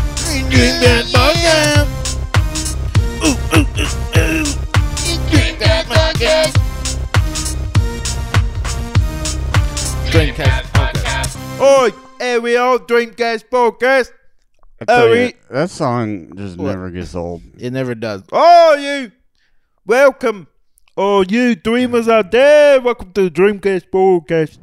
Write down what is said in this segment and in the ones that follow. Drink that podcast. Ooh, ooh, ooh, ooh. Drink that podcast. Dreamcast podcast. Oi, here we are, Dreamcast podcast. I tell Oh, ya, he- that song just What? never gets old. It never does. Oh, you. Welcome. Oh, you dreamers out there. Welcome to Dreamcast podcast.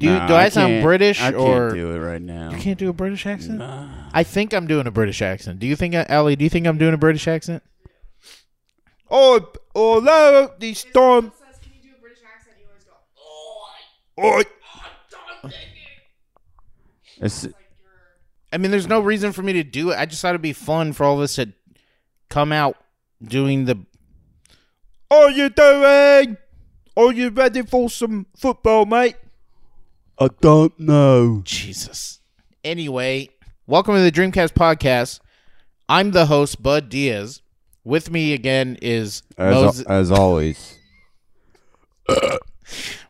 Do, you, Nah, do I, sound can't- British I or can't do it right now. You can't do a British accent? I think I'm doing a British accent. Do you think, Ali? Do you think I'm doing a British accent? Oh, hello, the storm. says, "Can you do a British accent?" You always go, Oh. It's, I mean, there's no reason for me to do it. I just thought it'd be fun for all of us to come out doing the. Are you doing? Are you ready for some football, mate? I don't know. Jesus. Anyway, welcome to the Dreamcast podcast. I'm the host, Bud Diaz. With me again is As, Moses. as always,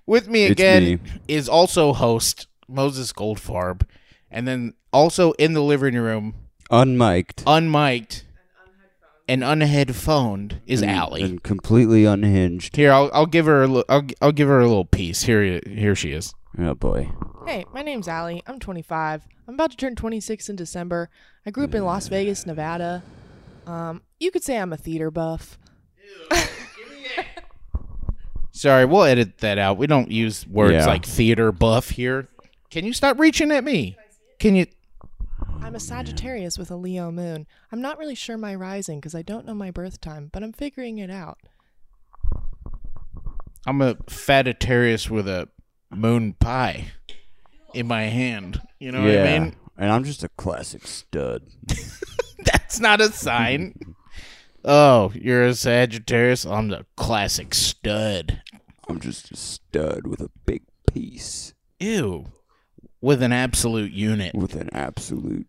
With me It's again me. is also host Moses Goldfarb, and then also in the living room, unmiked Oh, unmiked and unheadphoned, is Allie. and completely unhinged. Here, I'll, I'll give her a li- I'll, gi- I'll give her a little piece. Here, here she is. Oh boy, "Hey, my name's Allie. I'm 25. I'm about to turn 26 in December. I grew up in Las Vegas, Nevada. Um, you could say I'm a theater buff. Sorry, we'll edit that out. We don't use words Yeah. like theater buff here. Can you stop reaching at me? Can you? I'm a Sagittarius with a Leo moon. I'm not really sure my rising because I don't know my birth time, but I'm figuring it out. I'm a fatitarius with a moon pie in my hand. You know what I mean? and I'm just a classic stud. That's not a sign. oh, you're a Sagittarius? I'm the classic stud. I'm just a stud with a big piece Ew. With an absolute unit. with an absolute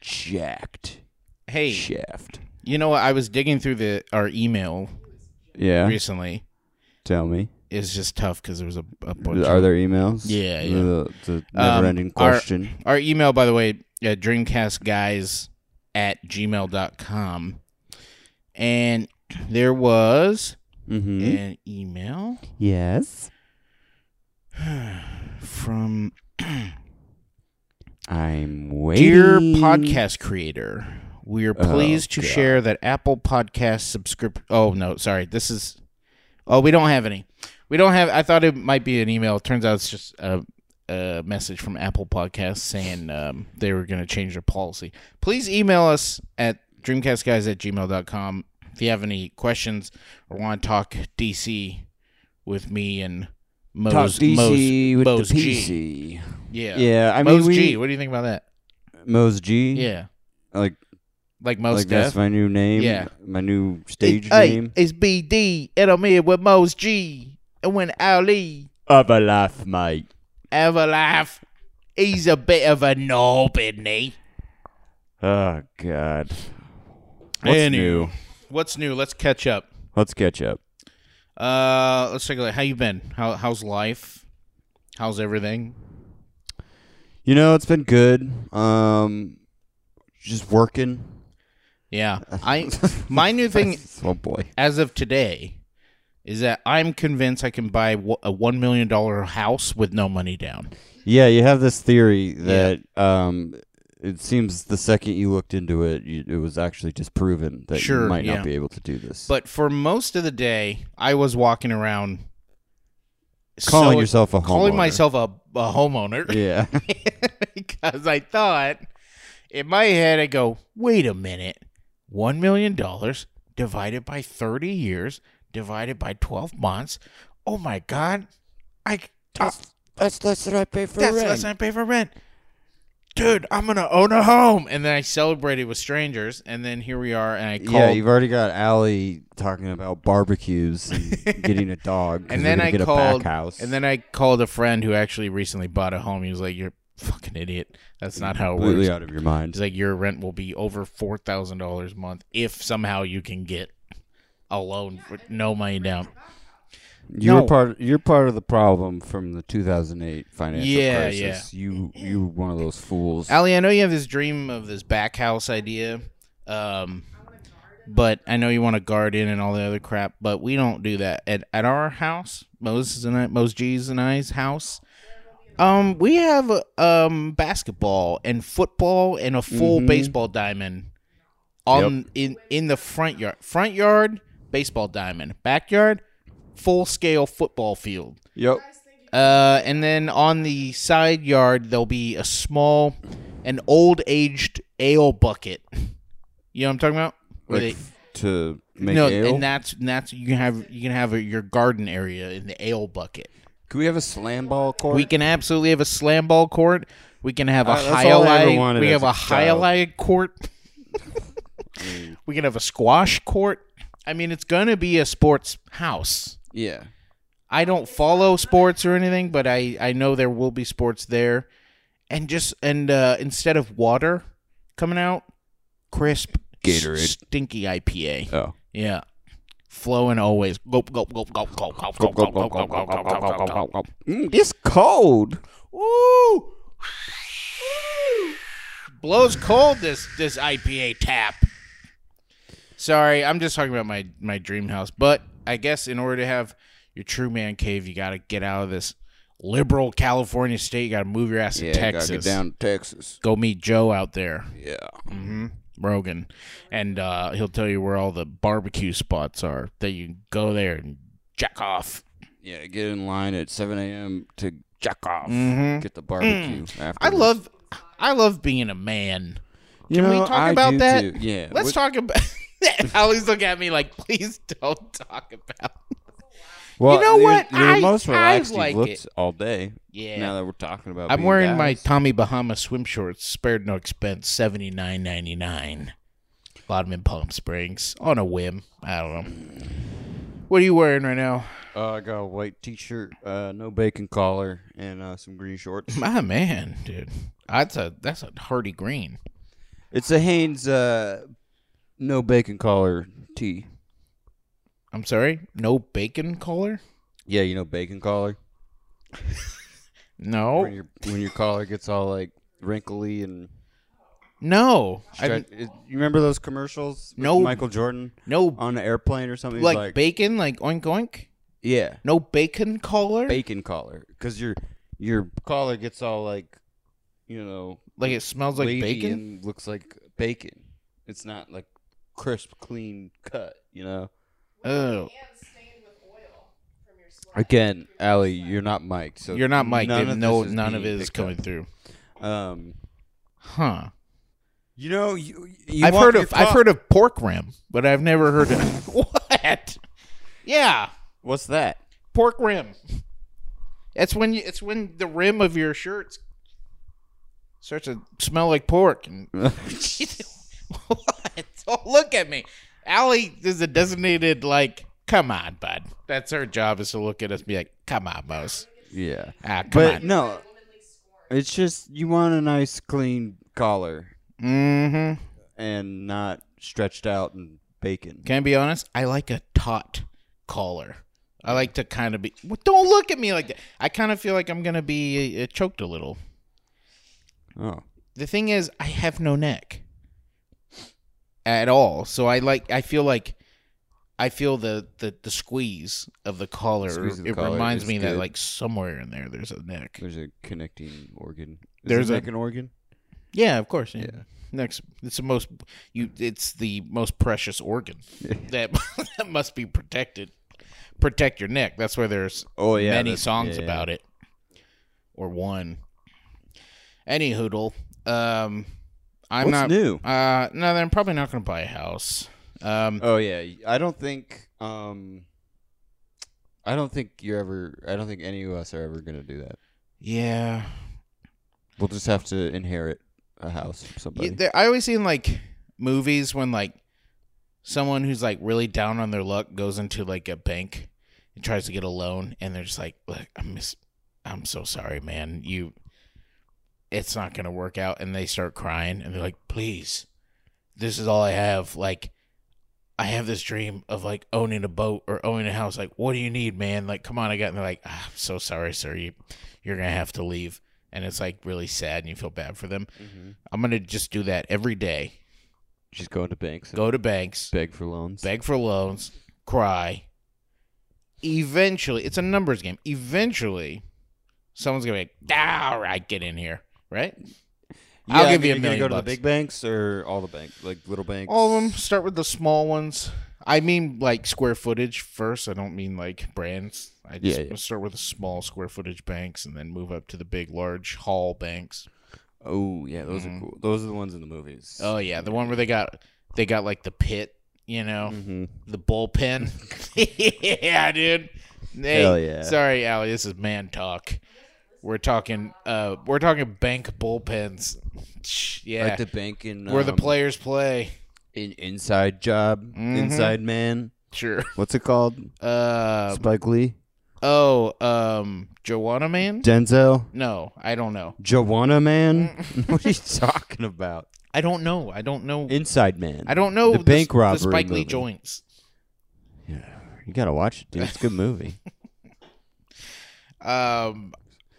jacked Hey, shaft. you know what? I was digging through the our email Yeah, recently. tell me. It's just tough because there was a, a bunch Are of- there emails? Yeah, yeah. The, the Um, never-ending our- question. Our email, by the way, uh, dreamcastguys at gmail.com. And there was mm-hmm. an email Yes. from I'm waiting. Dear podcast creator, we are Oh, pleased to God. share that Apple Podcast subscription. Oh no, sorry, this is. Oh, we don't have any. We don't have. I thought it might be an email. Turns out it's just a, a message from Apple Podcasts saying um, they were going to change their policy. Please email us at dreamcastguys at gmail.com if you have any questions or want to talk DC with me and Mose. Talk DC Mose- with Mose the PC. G. Yeah. Yeah. I mean, Mose we, G. What do you think about that? Mose G. Yeah. Like, Like most like that's my new name. Yeah. My new stage name. it's BD, and I'm here with Mose G. And when Ali Of a life, mate. ever laugh, he's a bit of a knob, isn't he? Oh God. What's Anywho. new? What's new? Let's catch up. Let's catch up. Uh, let's take a look. How you been? How how's life? How's everything? You know, it's been good. Um, just working. Yeah, I my new thing oh boy. as of today is that I'm convinced I can buy wo- a one million dollar house with no money down. Yeah, you have this theory that um, it seems the second you looked into it, you, it was actually just proven that Sure, you might yeah. not be able to do this. But for most of the day, I was walking around calling so- yourself a homeowner. calling myself a, a homeowner Yeah. because I thought in my head I go, wait a minute, one million dollars divided by thirty years divided by twelve months. Oh my god, I That's less than I pay for that's less than I pay for rent. Dude, I'm gonna own a home, and then I celebrated with strangers, and then here we are, and I Yeah, called. you've already got Allie talking about barbecues and getting a dog. 'cause and we're then gonna I get called, a back house. and then I called a friend who actually recently bought a home. He was like, "You're a fucking idiot. That's not how it works." completely out of your mind. It's like your rent will be over four thousand dollars a month if somehow you can get a loan with no money down. You No. were part. You're part of the problem from the 2008 financial Yeah, crisis. You you were one of those fools. Ali, I know you have this dream of this back house idea, um, but I know you want a garden and all the other crap. But we don't do that at at our house, Moses and I, Mose G's and I's house. Um, we have um basketball and football and a full Mhm. baseball diamond on in in the front yard. Front yard baseball diamond, backyard full scale football field. yep. Uh, and then on the side yard, there'll be a small, an old aged ale bucket. You know what I'm talking about? Where Like, they- f- to make no, ale. and that's and that's you can have you can have your garden area in the ale bucket. Can we have a slam ball court? We can absolutely have a slam ball court. We can have a Uh, that's all I ever highlight. wanted We as have a a child. highlight court. we can have a squash court. I mean, it's gonna be a sports house. yeah. I don't follow sports or anything, but I I know there will be sports there, and just and uh, instead of water coming out, crisp s- Gatorade. stinky IPA, Oh. yeah, flowing always. Gulp gulp gulp gulp gulp gulp gulp gulp gulp gulp gulp gulp gulp gulp gulp. Mm, it's cold. Ooh, blows cold this this IPA tap. Sorry, I'm just talking about my my dream house, but I guess in order to have your true man cave, you got to get out of this liberal California state. You got to move your ass to Yeah, Texas. gotta get down to Texas. Go meet Joe out there, Yeah. hmm Mm-hmm. Rogan, and uh, he'll tell you where all the barbecue spots are that you can go there and jack off. Yeah, get in line at 7 a.m. to jack off. Mhm. Get the barbecue after. I love, I love being a man. You Can we know, talk I about do that? too. Yeah. Let's What- talk about. Ali's looking at me like, please don't talk about. Well, know you're- what? You're, I- the most I relaxed like you've looked all day. Yeah. Now that we're talking about. I'm being wearing my guys. Tommy Bahama swim shorts, spared no expense, seventy nine ninety nine, bottom in Palm Springs on a whim. I don't know. What are you wearing right now? Uh, I got a white T-shirt, uh, no bacon collar, and uh, some green shorts. My man, dude, that's a that's a hardy green. It's a Hanes, uh, no bacon collar tee. I'm sorry, no bacon collar. Yeah, you know bacon collar. When No, your when your collar gets all like wrinkly and no, I, stretch- it- you remember those commercials? with No. Michael Jordan no, on an airplane or something. He's like, like bacon, like oink oink. yeah, No bacon collar. bacon collar, because your your collar gets all like, you know, like it smells like wavy bacon. and looks like bacon. It's not like crisp, clean cut. You know. Oh, Again, Allie, you're not mic'd, so you're not Mike. none None of no, this is none of being it is picked up. coming through. Um, Huh. you know, you, you I've want heard your of I've col- heard of pork rim, but I've never heard of what. Yeah, What's that? pork rim. It's when you, it's when the rim of your shirt starts to smell like pork. And what? Don't look at me. Allie is a designated like. Come on, bud. That's her job is to look at us, and be like, "Come on, Mose. Yeah. Ah, come But on." no, it's just you want a nice, clean collar Mm-hmm. and not stretched out and bacon. Can I be honest? I like a taut collar. I like to kind of be. Well, don't look at me like that. I kind of feel like I'm gonna be uh, choked a little. Oh, The thing is, I have no neck at all, so I like. I feel like I feel the the, the squeeze of the collar. Squeeze of the it collar reminds is me that good. like somewhere in there, there's a neck. there's a connecting organ. Is There's it a- like an organ. Yeah, of course. Yeah. Yeah. Next, it's the most you. It's the most precious organ that, that must be protected. Protect your neck. That's where there's Oh, yeah, many that's- songs yeah, about it, or one. Any hoodle. Um, I'm What's not new? Uh, no, then I'm probably not going to buy a house. Um, Oh yeah, I don't think. Um, I don't think you're ever. I don't think any of us are ever gonna do that. yeah. We'll just have to inherit a house from somebody. Yeah, there, I always see in like movies when like someone who's like really down on their luck goes into like a bank and tries to get a loan, and they're just like, "Look, I'm mis- I'm so sorry, man. You, it's not gonna work out." And they start crying, and they're like, "Please, this is all I have. Like, I have this dream of like owning a boat or owning a house. Like, what do you need, man? Like, come on, I got. And they're like, ah, I'm so sorry, sir. You, you're gonna have to leave. And it's like really sad, and you feel bad for them. Mm-hmm. I'm gonna just do that every day. She's going to banks. Go to banks, beg for loans. beg for loans, cry. Eventually, it's a numbers game. Eventually, someone's gonna be like, "Ah, "All right, get in here, right?" Yeah, I'll I give mean, you a gonna million Go to bucks. the big banks or all the banks, like little banks. All of them. Start with the small ones. I mean, like square footage first. I don't mean like brands. I just Yeah, yeah. start with the small square footage banks and then move up to the big, large hall banks. Oh yeah, those Mhm. are cool. Those are the ones in the movies. Oh yeah, the one where they got they got like the pit, you know, hmm the bullpen. yeah, dude. Hey, Hell yeah. Sorry, Allie. This is man talk. We're talking. Uh, we're talking bank bullpens. Yeah, Like the bank in where the um, players play. in Inside Job, Mhm. Inside Man. Sure. What's it called? Uh, Spike Lee, oh, um, Joanna Man. Denzel, No, I don't know. Joanna Man. Mm. what are you talking about? I don't know. I don't know. Inside Man. I don't know the bank robbery The Spike Lee movie. joints. You gotta watch it, dude. It's a good movie. Um,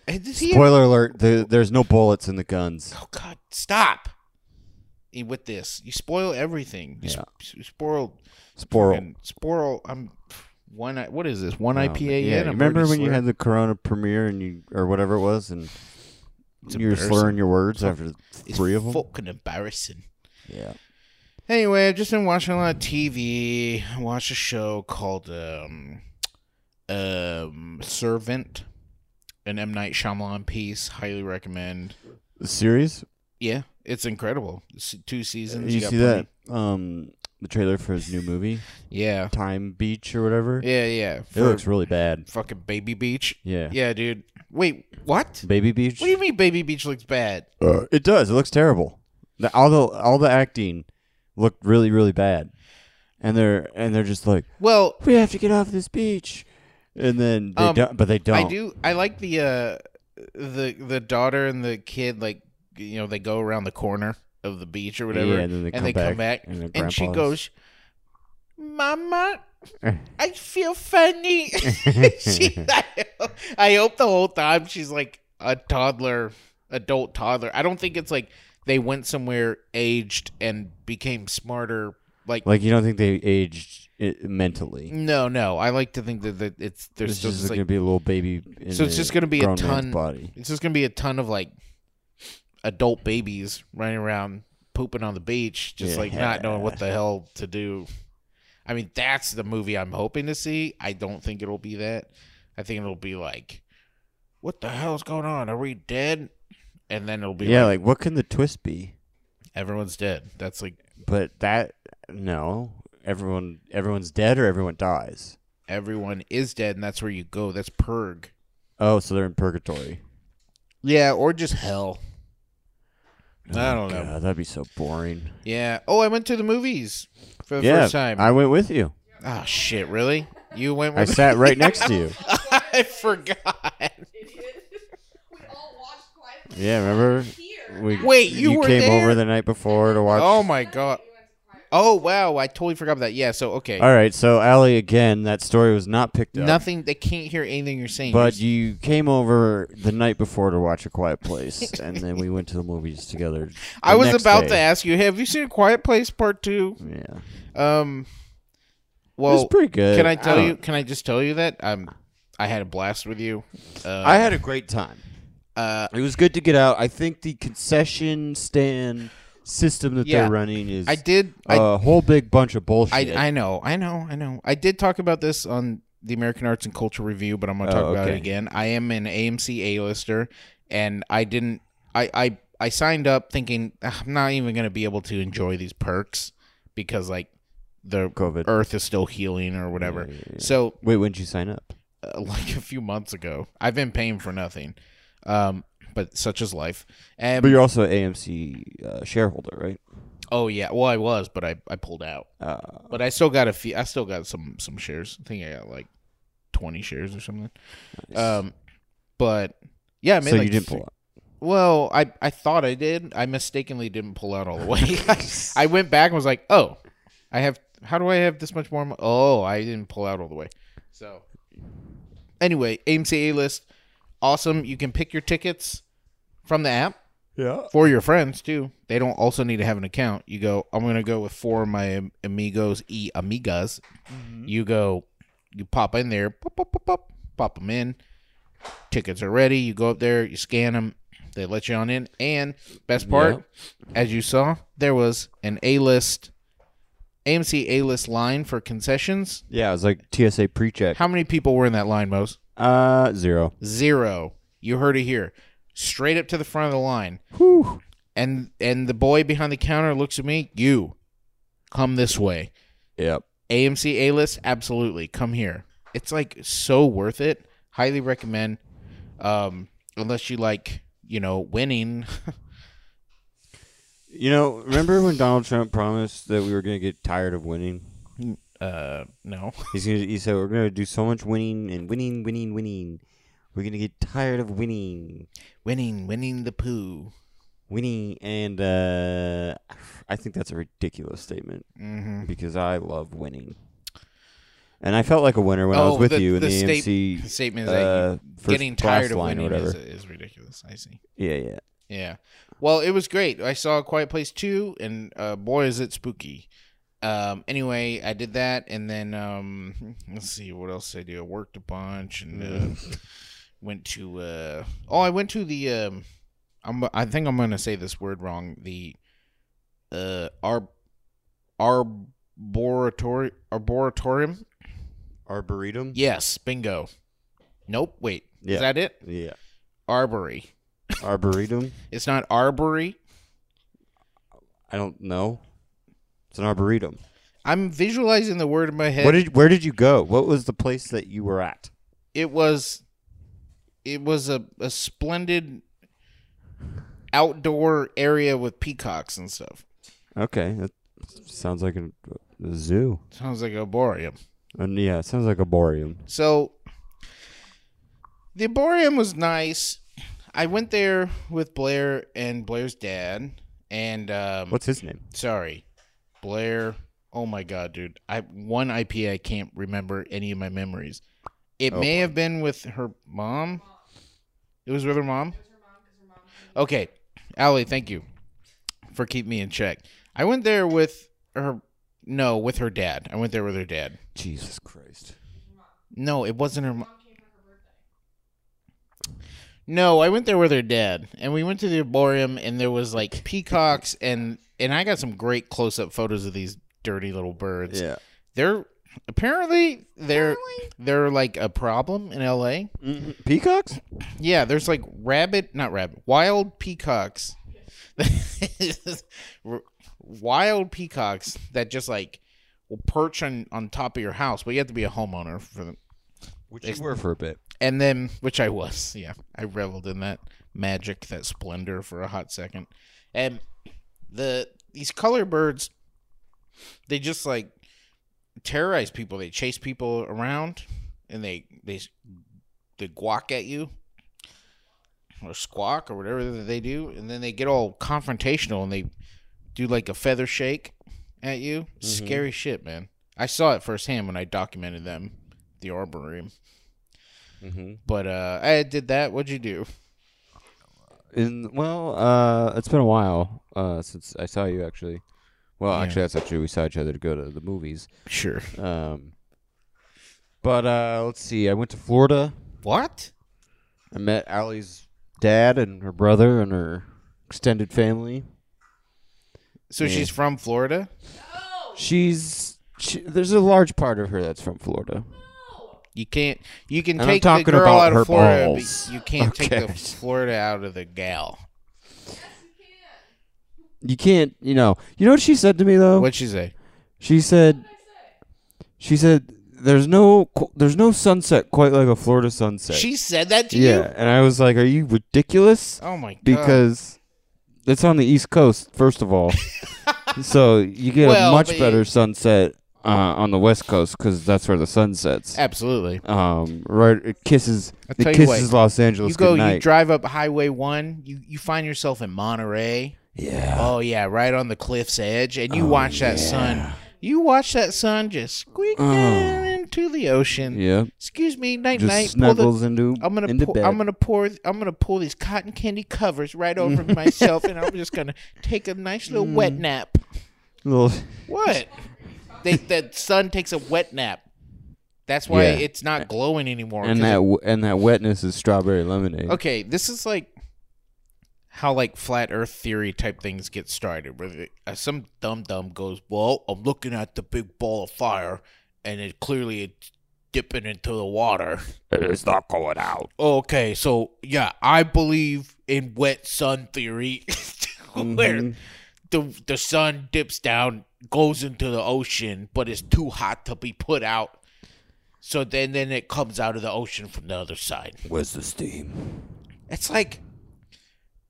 does he? Spoiler alert: the, there's no bullets in the guns. oh God! Stop. Eh, With this, you spoil everything. You Yeah. sp- you spoil Spoil. And Sporl, I'm one. I- What is this? One Oh, man. IPA. Yeah, in, you I'm remember already when you slurring. had the Corona premiere and you or whatever it was, and It's you were embarrassing. slurring your words after It's three of them. Fucking embarrassing. Yeah. Anyway, I've just been watching a lot of TV. I watched a show called um, um, Servant, an M Night Shyamalan piece. Highly recommend. The series. Yeah, it's incredible. It's two seasons. you got see plenty- that? Um, the trailer for his new movie, Yeah, Time Beach or whatever. yeah, yeah. It For looks really bad. fucking Baby Beach. Yeah. Yeah, dude. Wait, what? Baby Beach. What do you mean Baby Beach looks bad? Uh, it does. It looks terrible. The, all the all the acting looked really really bad, and they're and they're just like Well, we have to get off this beach, and then they Um, don't. But they don't. I do. I like the uh, the the daughter and the kid. Like you know, they go around the corner of the beach or whatever, Yeah, and then they come back, and their and, she grandpas- goes, "Mama, I feel funny." she, I, I hope the whole time she's like a toddler, adult toddler. I don't think it's like they went somewhere aged and became smarter. Like, Like you don't think they aged i mentally. no, no. I like to think that, that it's there's There's still just just like gonna be a little baby. In So it's a just gonna be a grown man's ton- body. It's just gonna be a ton of like adult babies running around pooping on the beach, just like not knowing what the hell to do. I mean, that's the movie I'm hoping to see. I don't think it'll be that. I think it'll be like, what the hell's going on? Are we dead? And then it'll be Yeah, like, like what can the twist be? everyone's dead. That's like But that no, everyone everyone's dead or everyone dies. everyone is dead, and that's where you go. That's purg. Oh, so they're in purgatory. Yeah, or just hell. I Oh, don't know. God, that'd be so boring. Yeah. Oh, I went to the movies for the yeah, first time. I went with you. Oh shit! Really? You went I with? sat right next to you. I forgot. we all watched Quiet Place Yeah, remember? here. We, Wait, you were came there? over the night before to watch. Oh my god! Oh wow! I totally forgot about that. Yeah. So okay, All right, so Allie, again, that story was not picked up. nothing. They can't hear anything you're saying. But you came over the night before to watch A Quiet Place, and then we went to the movies together. the I was next about to day. ask you, have you seen A Quiet Place Part Two? Yeah, Um. it was Well, pretty good. can I tell don't- you? Can I just tell you that um, I had a blast with you. Uh, I had a great time. Uh, It was good to get out. I think the concession stand system that Yeah. they're running is I did. a whole big bunch of bullshit. I, I I know. I know. I know. I did talk about this on the American Arts and Culture Review, but I'm going to Oh, talk about it okay. again. I am an AMC A-lister, and I didn't. I I, I signed up thinking "Ugh, I'm not even going to be able to enjoy these perks because like the COVID. Earth is still healing or whatever. So Wait, when did you sign up? uh, like a few months ago, I've been paying for nothing. Um, but such is life. And But you're also an AMC uh, shareholder, right? oh yeah, well I was, but I I pulled out. Uh, But I still got a few. I still got some some shares. I think I got like twenty shares or something. Um, but yeah, I made so like you didn't three- pull up. Well, I I thought I did. I mistakenly didn't pull out all the way. I went back and was like, oh, I have How do I have this much more? Mo- oh, I didn't pull out all the way. So, anyway, AMC A list, awesome. You can pick your tickets from the app Yeah. for your friends too. They don't also need to have an account. You go, I'm gonna go with four of my am- amigos e amigas. You go, you pop in there, pop, pop, pop, pop, pop them in. Tickets are ready. You go up there, you scan them. They let you on in. And best part, as you saw, there was an A list, AMC A list line for concessions. Yeah, it was like TSA pre-check. How many people were in that line, Mose? Uh, zero. Zero. You heard it here. Straight up to the front of the line. Whew. and and the boy behind the counter looks at me you come this way Yep. amc a list absolutely come here it's like so worth it highly recommend um unless you like you know winning You know, remember when Donald Trump promised that we were going to get tired of winning? uh no He's gonna. He said we're gonna do so much winning and winning, winning, winning. We're gonna get tired of winning, winning winning the poo winning, and uh, I think that's a ridiculous statement mm-hmm. because I love winning, and I felt like a winner when I Oh, was with you in the, AMC. statement is uh, that you- getting tired of line winning or whatever. is, is ridiculous i see yeah, yeah. Yeah. Well, it was great. I saw Quiet Place 2 and uh, boy is it spooky. Um anyway, I did that and then um let's see what else did I do. I worked a bunch and uh, went to uh oh, I went to the um I'm I think I'm going to say this word wrong. The uh ar- arboratory arboratorium. Arboretum. Yes, bingo. Nope, wait. Yeah. Is that it? Yeah. Arbory. Arboretum. It's not arbory. I don't know. It's an arboretum. I'm visualizing the word in my head. What did? Where did you go? What was the place that you were at? it was it was a, a splendid outdoor area with peacocks and stuff. Okay, that sounds like a, a zoo. Sounds like Arborium. And yeah, it sounds like a borium. So the Arborium was nice. I went there with Blair and Blair's dad and um What's his name? sorry. Blair oh my god, dude. I one IPA I can't remember any of my memories. It Oh, may boy. have been with her mom. It was with her mom? Okay, Allie, thank you for keeping me in check. I went there with her. No, with her dad. I went there with her dad. Jesus Christ. No, it wasn't her. Mo- no, I went there with her dad, and we went to the arboreum, and there was like peacocks, and and I got some great close up photos of these dirty little birds. Yeah. They're apparently they're they're like a problem in L.A. Mm-hmm. Peacocks? Yeah, there's like rabbit, not rabbit, wild peacocks. wild peacocks that just like will perch on on top of your house, but you have to be a homeowner for them. Which they were for a bit. And then, which I was, yeah, I reveled in that magic, that splendor for a hot second. And the these color birds, they just like terrorize people. They chase people around, and they they they guack at you, or squawk, or whatever that they do, and then they get all confrontational and they do like a feather shake at you. Scary shit, man. I saw it firsthand when I documented them, at the arboretum. Mm-hmm. But uh, I did that. What'd you do? In, well, uh, it's been a while uh, since I saw you, actually. Well, Yeah. actually, that's not true. We saw each other to go to the movies. Sure. Um, but uh, let's see. I went to Florida. What? I met Allie's dad and her brother and her extended family. So Yeah. she's from Florida. She's she, there's a large part of her that's from Florida. You can't. You can And I'm take the talking girl about out her of Florida, balls. but you can't take Okay. the Florida out of the gal. You can't, you know. You know what she said to me though? What'd she say? She said, she said, there's no, qu- there's no sunset quite like a Florida sunset. She said that to yeah, you? and I was like, are you ridiculous? Oh my god. Because it's on the East Coast, first of all, so you get Well, a much but- better sunset uh, on the West Coast because that's where the sun sets. absolutely. Um, right, it kisses, I'll it tell you what, kisses Los Angeles You go. goodnight. You drive up Highway One. You you find yourself in Monterey. yeah. Oh, Oh yeah, right on the cliff's edge, and you watch that sun You watch that sun just squeak Oh. down into the ocean. Yeah. Excuse me, night Just night. Pull the, snuggles into I'm gonna into pour, bed. I'm gonna pour I'm gonna pull these cotton candy covers right over myself, and I'm just gonna take a nice little Mm. wet nap. Little- What? they, the sun takes a wet nap. That's why Yeah. it's not glowing anymore. 'cause and that it- w- and that wetness is strawberry lemonade. okay, this is like how like flat Earth theory type things get started. Where the- uh, some dumb dumb goes, "Well, I'm looking at the big ball of fire, and it clearly it's dipping into the water." It's not going out. Okay, so yeah, I believe in wet sun theory, where Mhm. the the sun dips down, goes into the ocean, but it's too hot to be put out. So then, then it comes out of the ocean from the other side. Where's the steam? It's like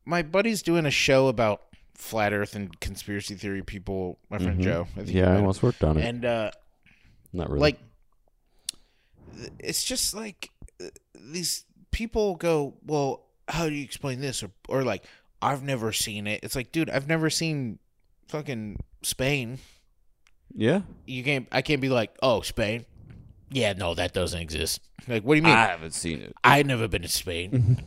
my buddy's doing a show about flat Earth and conspiracy theory people. My friend Mhm. Joe, I think you Yeah, I met him. almost worked on it. and uh, not really. like th- it's just like uh, these people go well how do you explain this or, or like i've never seen it it's like dude i've never seen fucking spain yeah. you can't i can't be like oh spain yeah no that doesn't exist like what do you mean haven't seen it. i've never been to spain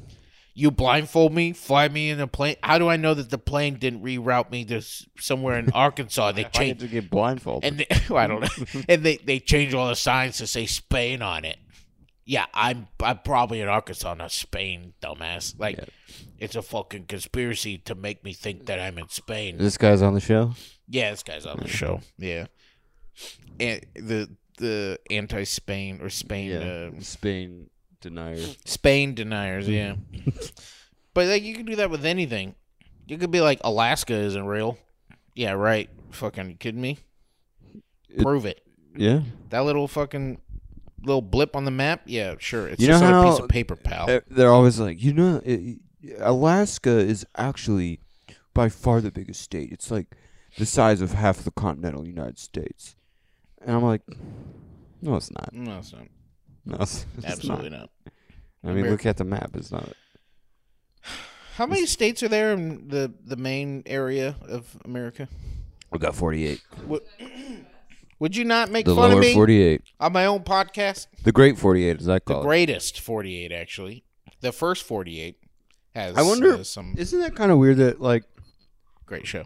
you blindfold me fly me in a plane how do i know that the plane didn't reroute me to s- somewhere in arkansas they I changed had to get blindfolded. and they, I don't know. And they they change all the signs to say Spain on it. Yeah, I'm I'm probably in Arkansas, not Spain, dumbass. Like, Yeah. it's a fucking conspiracy to make me think that I'm in Spain. this guy's on the show. yeah, this guy's on the show. Yeah, and the the anti-Spain or Spain uh, Spain denier. Spain deniers. Yeah, but like you can do that with anything. You could be like Alaska isn't real. Yeah, right. Fucking you kidding me? It- Prove it. Yeah. That little fucking little blip on the map, yeah, sure. It's You know just on a how- piece of paper, pal. Uh, They're always like, you know, it, Alaska is actually by far the biggest state. It's like the size of half the continental United States. And I'm like, no, it's not. no, it's not. No, it's, it's Absolutely not. not. I mean, look at the map. It's not. How many states are there in the the main area of America? We got 48. Would, would you not make The fun of lower me 48. on my own podcast? The great 48, as I call The it. greatest 48 actually. The first 48 has I wonder- uh, some Isn't that kind of weird that, like, great show.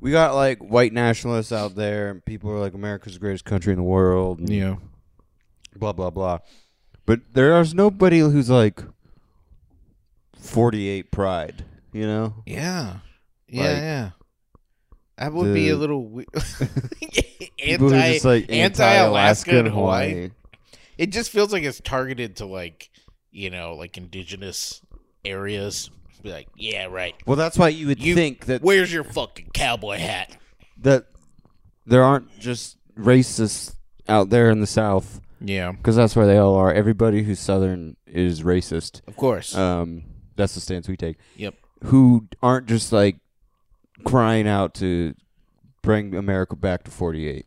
we got, like, white nationalists out there, and people are like, America's the greatest country in the world. and blah blah blah. But there is nobody who's like forty-eight pride, you know. Yeah. Yeah, Like, yeah. That would be a the- little we- People who are anti just, like, anti-Alaska and anti-Alaska Hawaii. it just feels like it's targeted to like you know like indigenous areas be like yeah right Well, that's why you would You- think that where's your fucking cowboy hat that there aren't just racists out there in the South yeah because that's where they all are. Everybody who's Southern is racist. of course Um, that's the stance we take. yep Who aren't just like crying out to bring America back to forty-eight.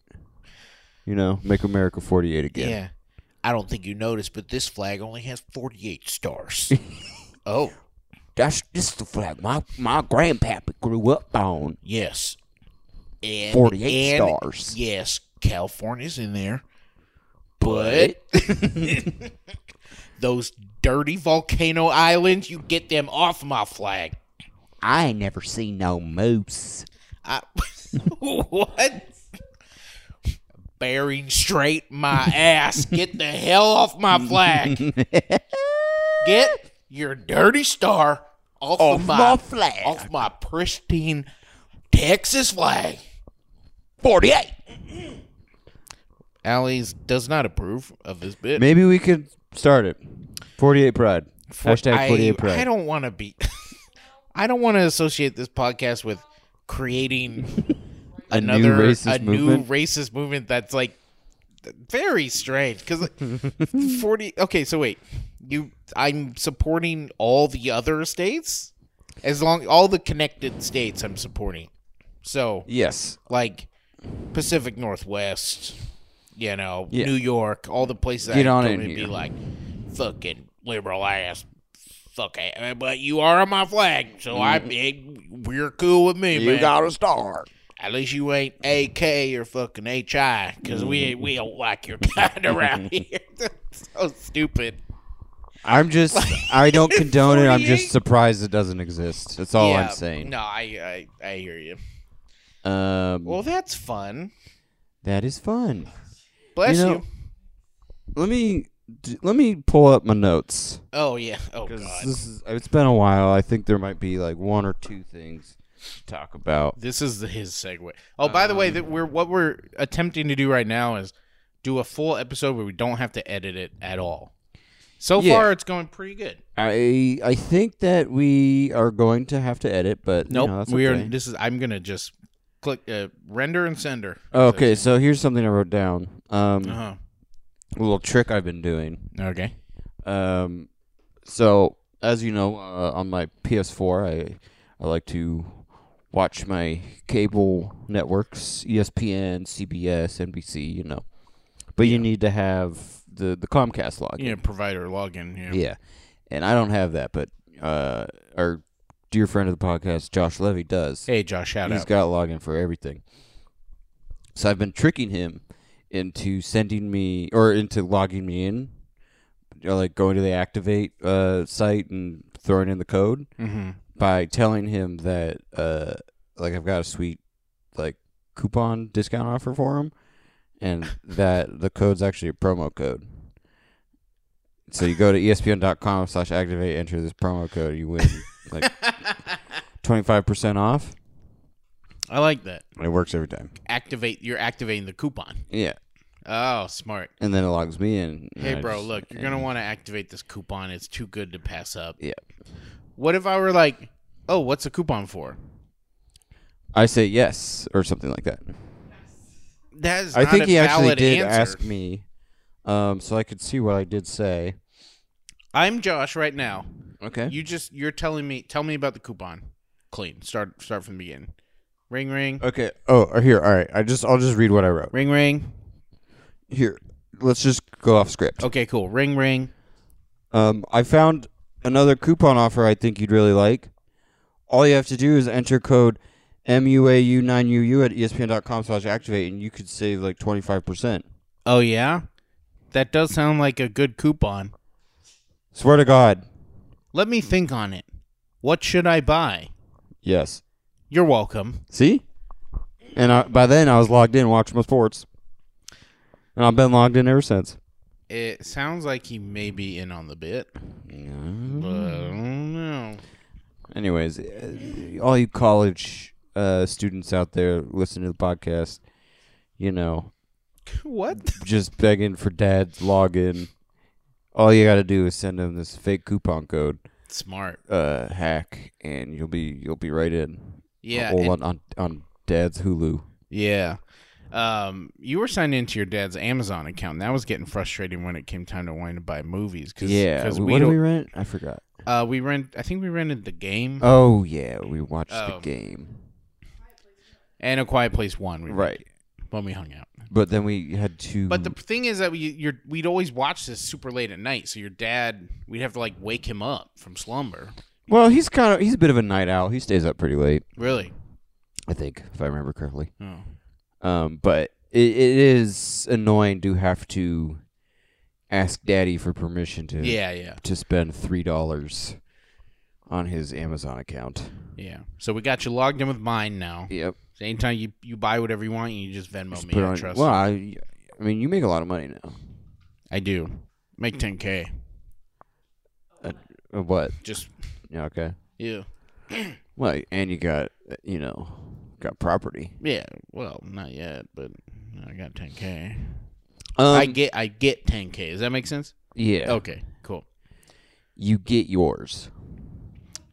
You know, make America forty-eight yeah. again. i don't think you noticed but this flag only has 48 stars oh That's this is the flag my my grandpappy grew up on. yes and, 48 and stars. yes california's in there but those dirty volcano islands you get them off my flag I ain't never seen no moose. I, what? Bearing straight my ass. Get the hell off my flag. Get your dirty star off, of my, flag. off my pristine Texas flag. 48. Allie's does not approve of this bit. Maybe we could start it. 48 Pride. Hashtag 48 I, I Pride. don't want to be. I don't want to associate this podcast with creating A new another racist a movement. new racist movement that's like very strange because forty. Okay, so wait, you I'm supporting all the other states as long all the connected states I'm supporting. So yes. like Pacific Northwest, you know, Yeah. New York, all the places Get I on come in and be here. like fucking liberal ass. Fuck it, but you are on my flag, so I it, we're cool with me, man. a star. At least you ain't AK or fucking HI, because we we don't like your kind around here. That's so stupid. I'm just. I don't condone it. I'm just 48? surprised it doesn't exist. That's all Yeah, I'm saying. No, I, I I hear you. Um, Well, that's fun. that is fun. Bless you. know- Let me d- let me pull up my notes Oh yeah. Oh because god. this is. It's been a while. I think there might be like one or two things to talk about. This is the, his segue. Oh, by the way, Um, that we're what we're attempting to do right now is do a full episode where we don't have to edit it at all. So Yeah. far, it's going pretty good. I I think that we are going to have to edit, but you Nope, know, that's we are. okay. This is. I'm gonna just click uh, render and sender. Oh, Okay, so here's something I wrote down. Um, Uh huh. a little trick I've been doing. Okay. Um, so as you know, uh, on my PS4, I I like to watch my cable networks, E ESPN, CBS, NBC. You know, but you need to have the the Comcast login. Yeah. Provider login. Yeah. Yeah. And I don't have that, but uh, our dear friend of the podcast, Josh Levy, does. Hey, Josh. Shout He's out. got login for everything. So I've been tricking him into sending me or into logging me in, or like going to the activate uh, site and throwing in the code mm-hmm. by telling him that uh, like I've got a sweet like coupon discount offer for him, and that the code's actually a promo code. So you go to E ESPN.com slash activate, enter this promo code, you win like twenty five percent off. I like that. And it works every time. Activate. You're activating the coupon. Yeah. Oh, smart. And then it logs me in. and Hey, I bro, just- look, you're going to want to activate this coupon. It's too good to pass up. Yeah. What if I were like, oh, what's a coupon for? I say yes or something like that. That is I not think a he actually valid did answer. ask me, um, so I could see what I did say. I'm Josh right now. Okay. You just, you're telling me, tell me about the coupon. Clean. Start, start from the beginning. Ring, ring. Okay. Oh, here. All right. I just I'll just read what I wrote. Ring, ring. Here. Let's just go off script. Okay, cool. Ring, ring. Um, I found another coupon offer I think you'd really like. All you have to do is enter code MUAU9UU at E ESPN.com slash activate, and you could save like 25%. Oh, yeah? That does sound like a good coupon. Swear to God. Let me think on it. What should I buy? Yes. You're welcome. See? And I, by then I was logged in watching my sports. And I've been logged in ever since. It sounds like he may be in on the bit, but I don't know. Anyways, uh, all you college uh, students out there listening to the podcast, you know, What? just begging for dad's login. All you got to do is send him this fake coupon code Smart. uh, hack, and you'll be you'll be right in. Yeah. and- All on, on on dad's Hulu. yeah. Um, you were signed into your dad's Amazon account. And that was getting frustrating when it came time to want to buy movies. Cause, yeah, 'cause wh- we what do we don't- rent? I forgot. uh, we rent. I think we rented the game Oh yeah, we watched the Oh. game. and a Quiet Place One. We rented Right, Mm-hmm. when we hung out. but then we had to. But the thing is that we you're, we'd always watch this super late at night. So your dad, we'd have to like wake him up from slumber. well, he's kind of he's a bit of a night owl. He stays up pretty late, Really. I think, if I remember correctly. Oh. Um, but it, it is annoying to have to ask daddy for permission to Yeah. Yeah. to spend three dollars on his Amazon account. Yeah. So we got you logged in with mine now. Yep. So anytime you, you buy whatever you want, you just Venmo Just me. put I on- trust. well, I, I mean, you make a lot of money now. I do. Mm. Make 10K. Uh, What? Just, Yeah. Okay. yeah. Well, and you got uh, you know got property. Yeah. Well, not yet, but I got 10K. Um, I get Oh. I get 10K. Does that make sense? yeah. Okay, cool. You get yours.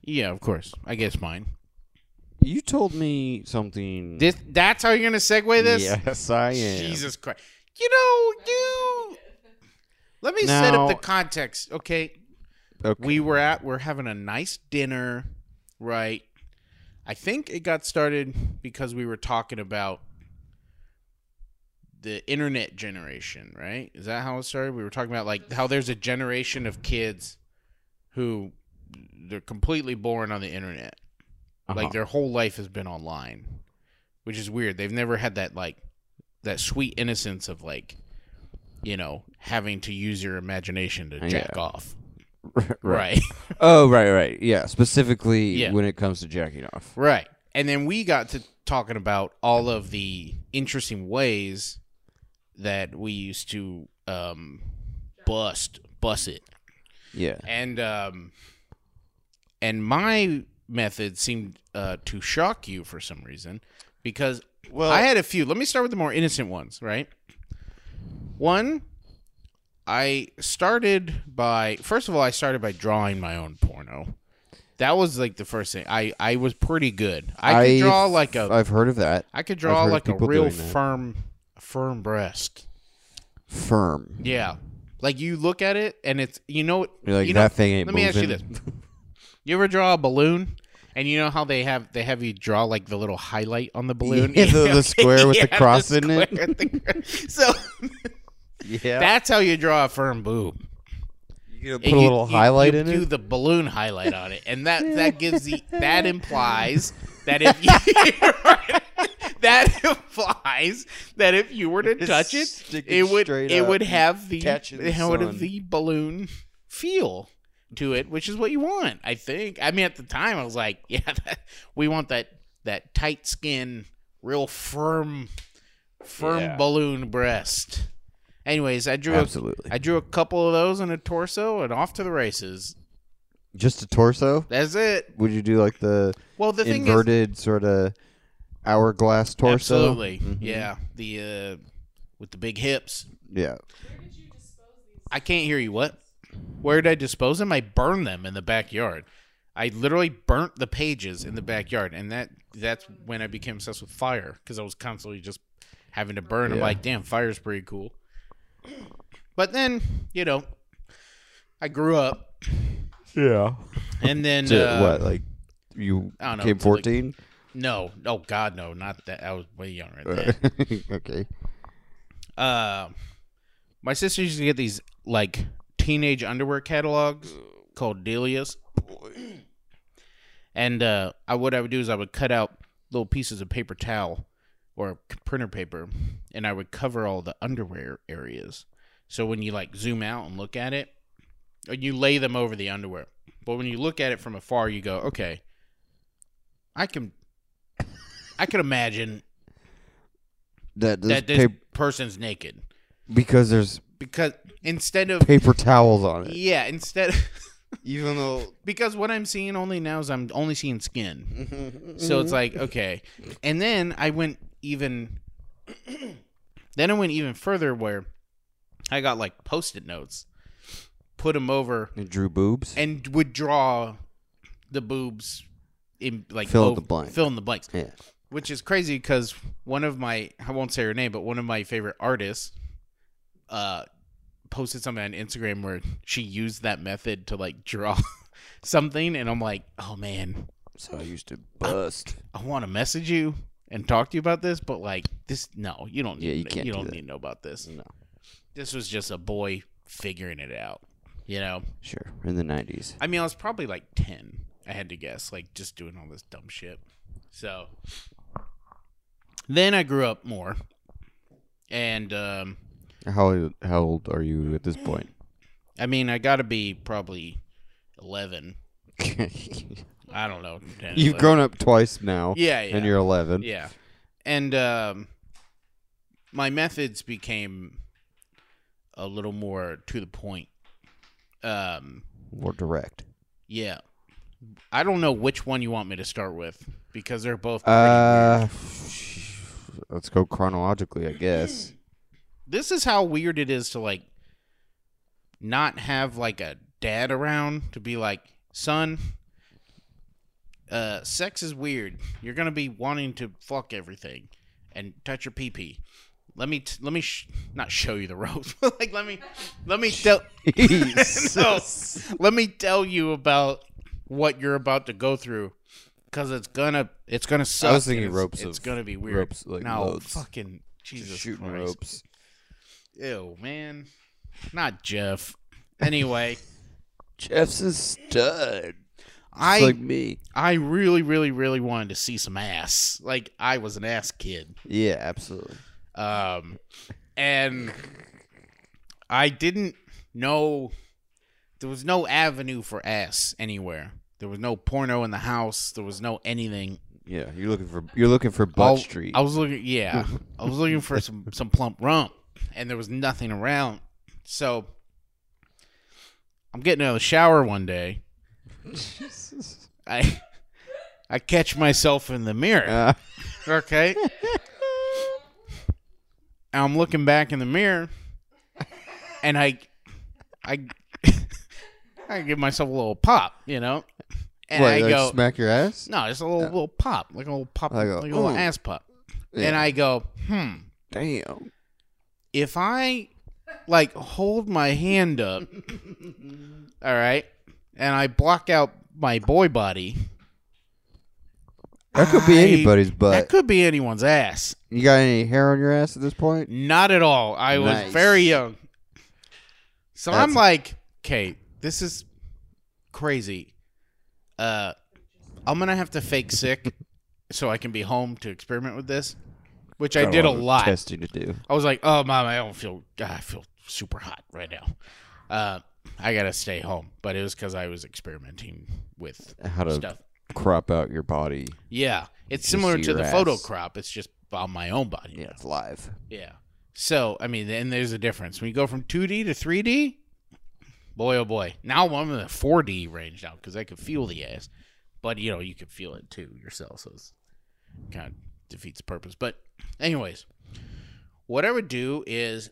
Yeah, of course. I guess mine. You told me something. This that's how you're going to segue this? Yes, I am. Jesus Christ. You know, you Let me set Now- up the context, okay? Okay. we were at we're having a nice dinner right i think it got started because we were talking about the internet generation right is that how it started we were talking about like how there's a generation of kids who they're completely born on the internet Uh-huh. like their whole life has been online which is weird. They've never had that like that sweet innocence of like you know having to use your imagination to jack Yeah. off. right. Right. Oh, right, right. Yeah, specifically Yeah. when it comes to jacking off. Right. And then we got to talking about all of the interesting ways that we used to um bust bust it. Yeah. And um and my method seemed uh to shock you for some reason because Well, I had a few. Let me start with the more innocent ones, right? One, I started by first of all, I started by drawing my own porno. That was like the first thing. I I was pretty good. I could draw like a I've heard of that. I could draw I've heard like a people real doing that. firm firm breast. Firm. Yeah. Like you look at it and it's you know You're like you know, that thing ain't let me moving. ask you this. You ever draw a balloon? And you know how they have they have you draw like the little highlight on the balloon, Yeah, the- the square with the Yeah, cross in it. square with the- so yeah. that's how you draw a firm boob. you put And a you- little you- highlight you in Do it. the balloon highlight on it, and that that gives the that implies that if you that implies that if you were to Just touch it, stick it it would straight it up would and have the catch it in the it would have sun. the balloon feel to it, which is what you want, I think. I mean, at the time, I was like, yeah, that, we want that that tight skin, real firm, firm Yeah. balloon breast. Anyways, I drew a Absolutely. I drew a couple of those and a torso, and off to the races. Just a torso? That's it. Would you do like the, Well, the thing is, inverted sort of hourglass torso? absolutely, Mhm. yeah. The uh, with the big hips. Yeah. I can't hear you. What? Where did I dispose them? I burned them in the backyard. I literally burnt the pages in the backyard, and that that's when I became obsessed with fire because I was constantly just having to burn. I'm Yeah. like, damn, fire's pretty cool. But then, you know, I grew up, Yeah. and then To uh, what? Like you I don't know, came to, like, 14? No, oh God, no, not that. I was way younger than that. okay. Uh, my sister used to get these like teenage underwear catalogs called Delia's, and uh, I what I would do is I would cut out little pieces of paper towel or c- printer paper, and I would cover all the underwear areas. So when you like zoom out and look at it, or you lay them over the underwear. But when you look at it from afar, you go, okay, I can, I can imagine That, that this this pap- person's naked because there's because instead of paper towels on it. yeah instead Even though because what i'm seeing only now is i'm only seeing skin so Mm-hmm. it's like okay and then i went even then i went even further where i got like post-it notes put them over and drew boobs. and would draw the boobs in like Fill in ov- the blank. fill in the blanks yeah. which is crazy because one of my I won't say her name, but one of my favorite artists uh posted something on Instagram where she used that method to like draw something and I'm like, "Oh man, So I used to bust. I want to message you and talk to you about this, but like this no, you don't need Yeah, you to- can't you do don't that. Mm. need to know about this. No. This was just a boy figuring it out, you know. Sure. In the 90s. I mean, I was probably like 10. I had to guess, like just doing all this dumb shit. So then I grew up more. And um How how old are you at this point? I mean, I got to be probably 11. I don't know. 10, You've 11. grown up twice now, Yeah, yeah. and you're 11. Yeah. And um my methods became a little more to the point. Um More direct. yeah. I don't know which one you want me to start with because they're both pretty weird. Uh, let's go chronologically, I guess. this is how weird it is to like not have like a dad around to be like son uh sex is weird you're gonna be wanting to fuck everything and touch your pee pee let me t- let me sh- not show you the ropes but like let me let me tell no, let me tell you about what you're about to go through because it's gonna it's gonna suck was and thinking it's, ropes it's of- gonna be weird ropes, like, no loads. fucking jesus shooting Christ. ropes. Ew, man. Not Jeff. Anyway, Jeff's a stud. I like me. I really, really, really wanted to see some ass. Like I was an ass kid. Yeah, absolutely. Um, and I didn't know there was no avenue for ass anywhere. There was no porno in the house. There was no anything. Yeah, you're looking for you're looking for butt All- street. I was looking, yeah, I was looking for some some plump rump, and there was nothing around. So I'm getting out of the shower one day. I I catch myself in the mirror. Uh, Okay. And I'm looking back in the mirror, and I, I, I give myself a little pop, you know, and what, I like go, smack your ass. no, just a little little pop, like a little pop, Like like a, a, little "Ooh." ass pop, Yeah. and I go, hmm, Damn. if I like hold my hand up, all right, and I block out my boy body, That could be I- anybody's that butt. could be anyone's ass. you got any hair on your ass at this point? Not at all. I Nice. was very young. So I'm That's- like, okay, this is crazy. Uh, I'm gonna have to fake sick so I can be home to experiment with this, which I, did a lot. Testing to do. I was like, oh mom, I don't feel. I feel super hot right now. Uh, I gotta stay home, but it was because I was experimenting with How to stuff. crop out your body. Yeah, it's Just similar see to your the ass. photo crop. It's just on my own body. now. it's live. Yeah. So I mean, and there's a difference when you go from 2D to 3D. Boy, oh boy! Now I'm in the 4D range now because I could feel the ass, but you know you could feel it too yourself, so it's kind of defeats the purpose. But anyways, what I would do is,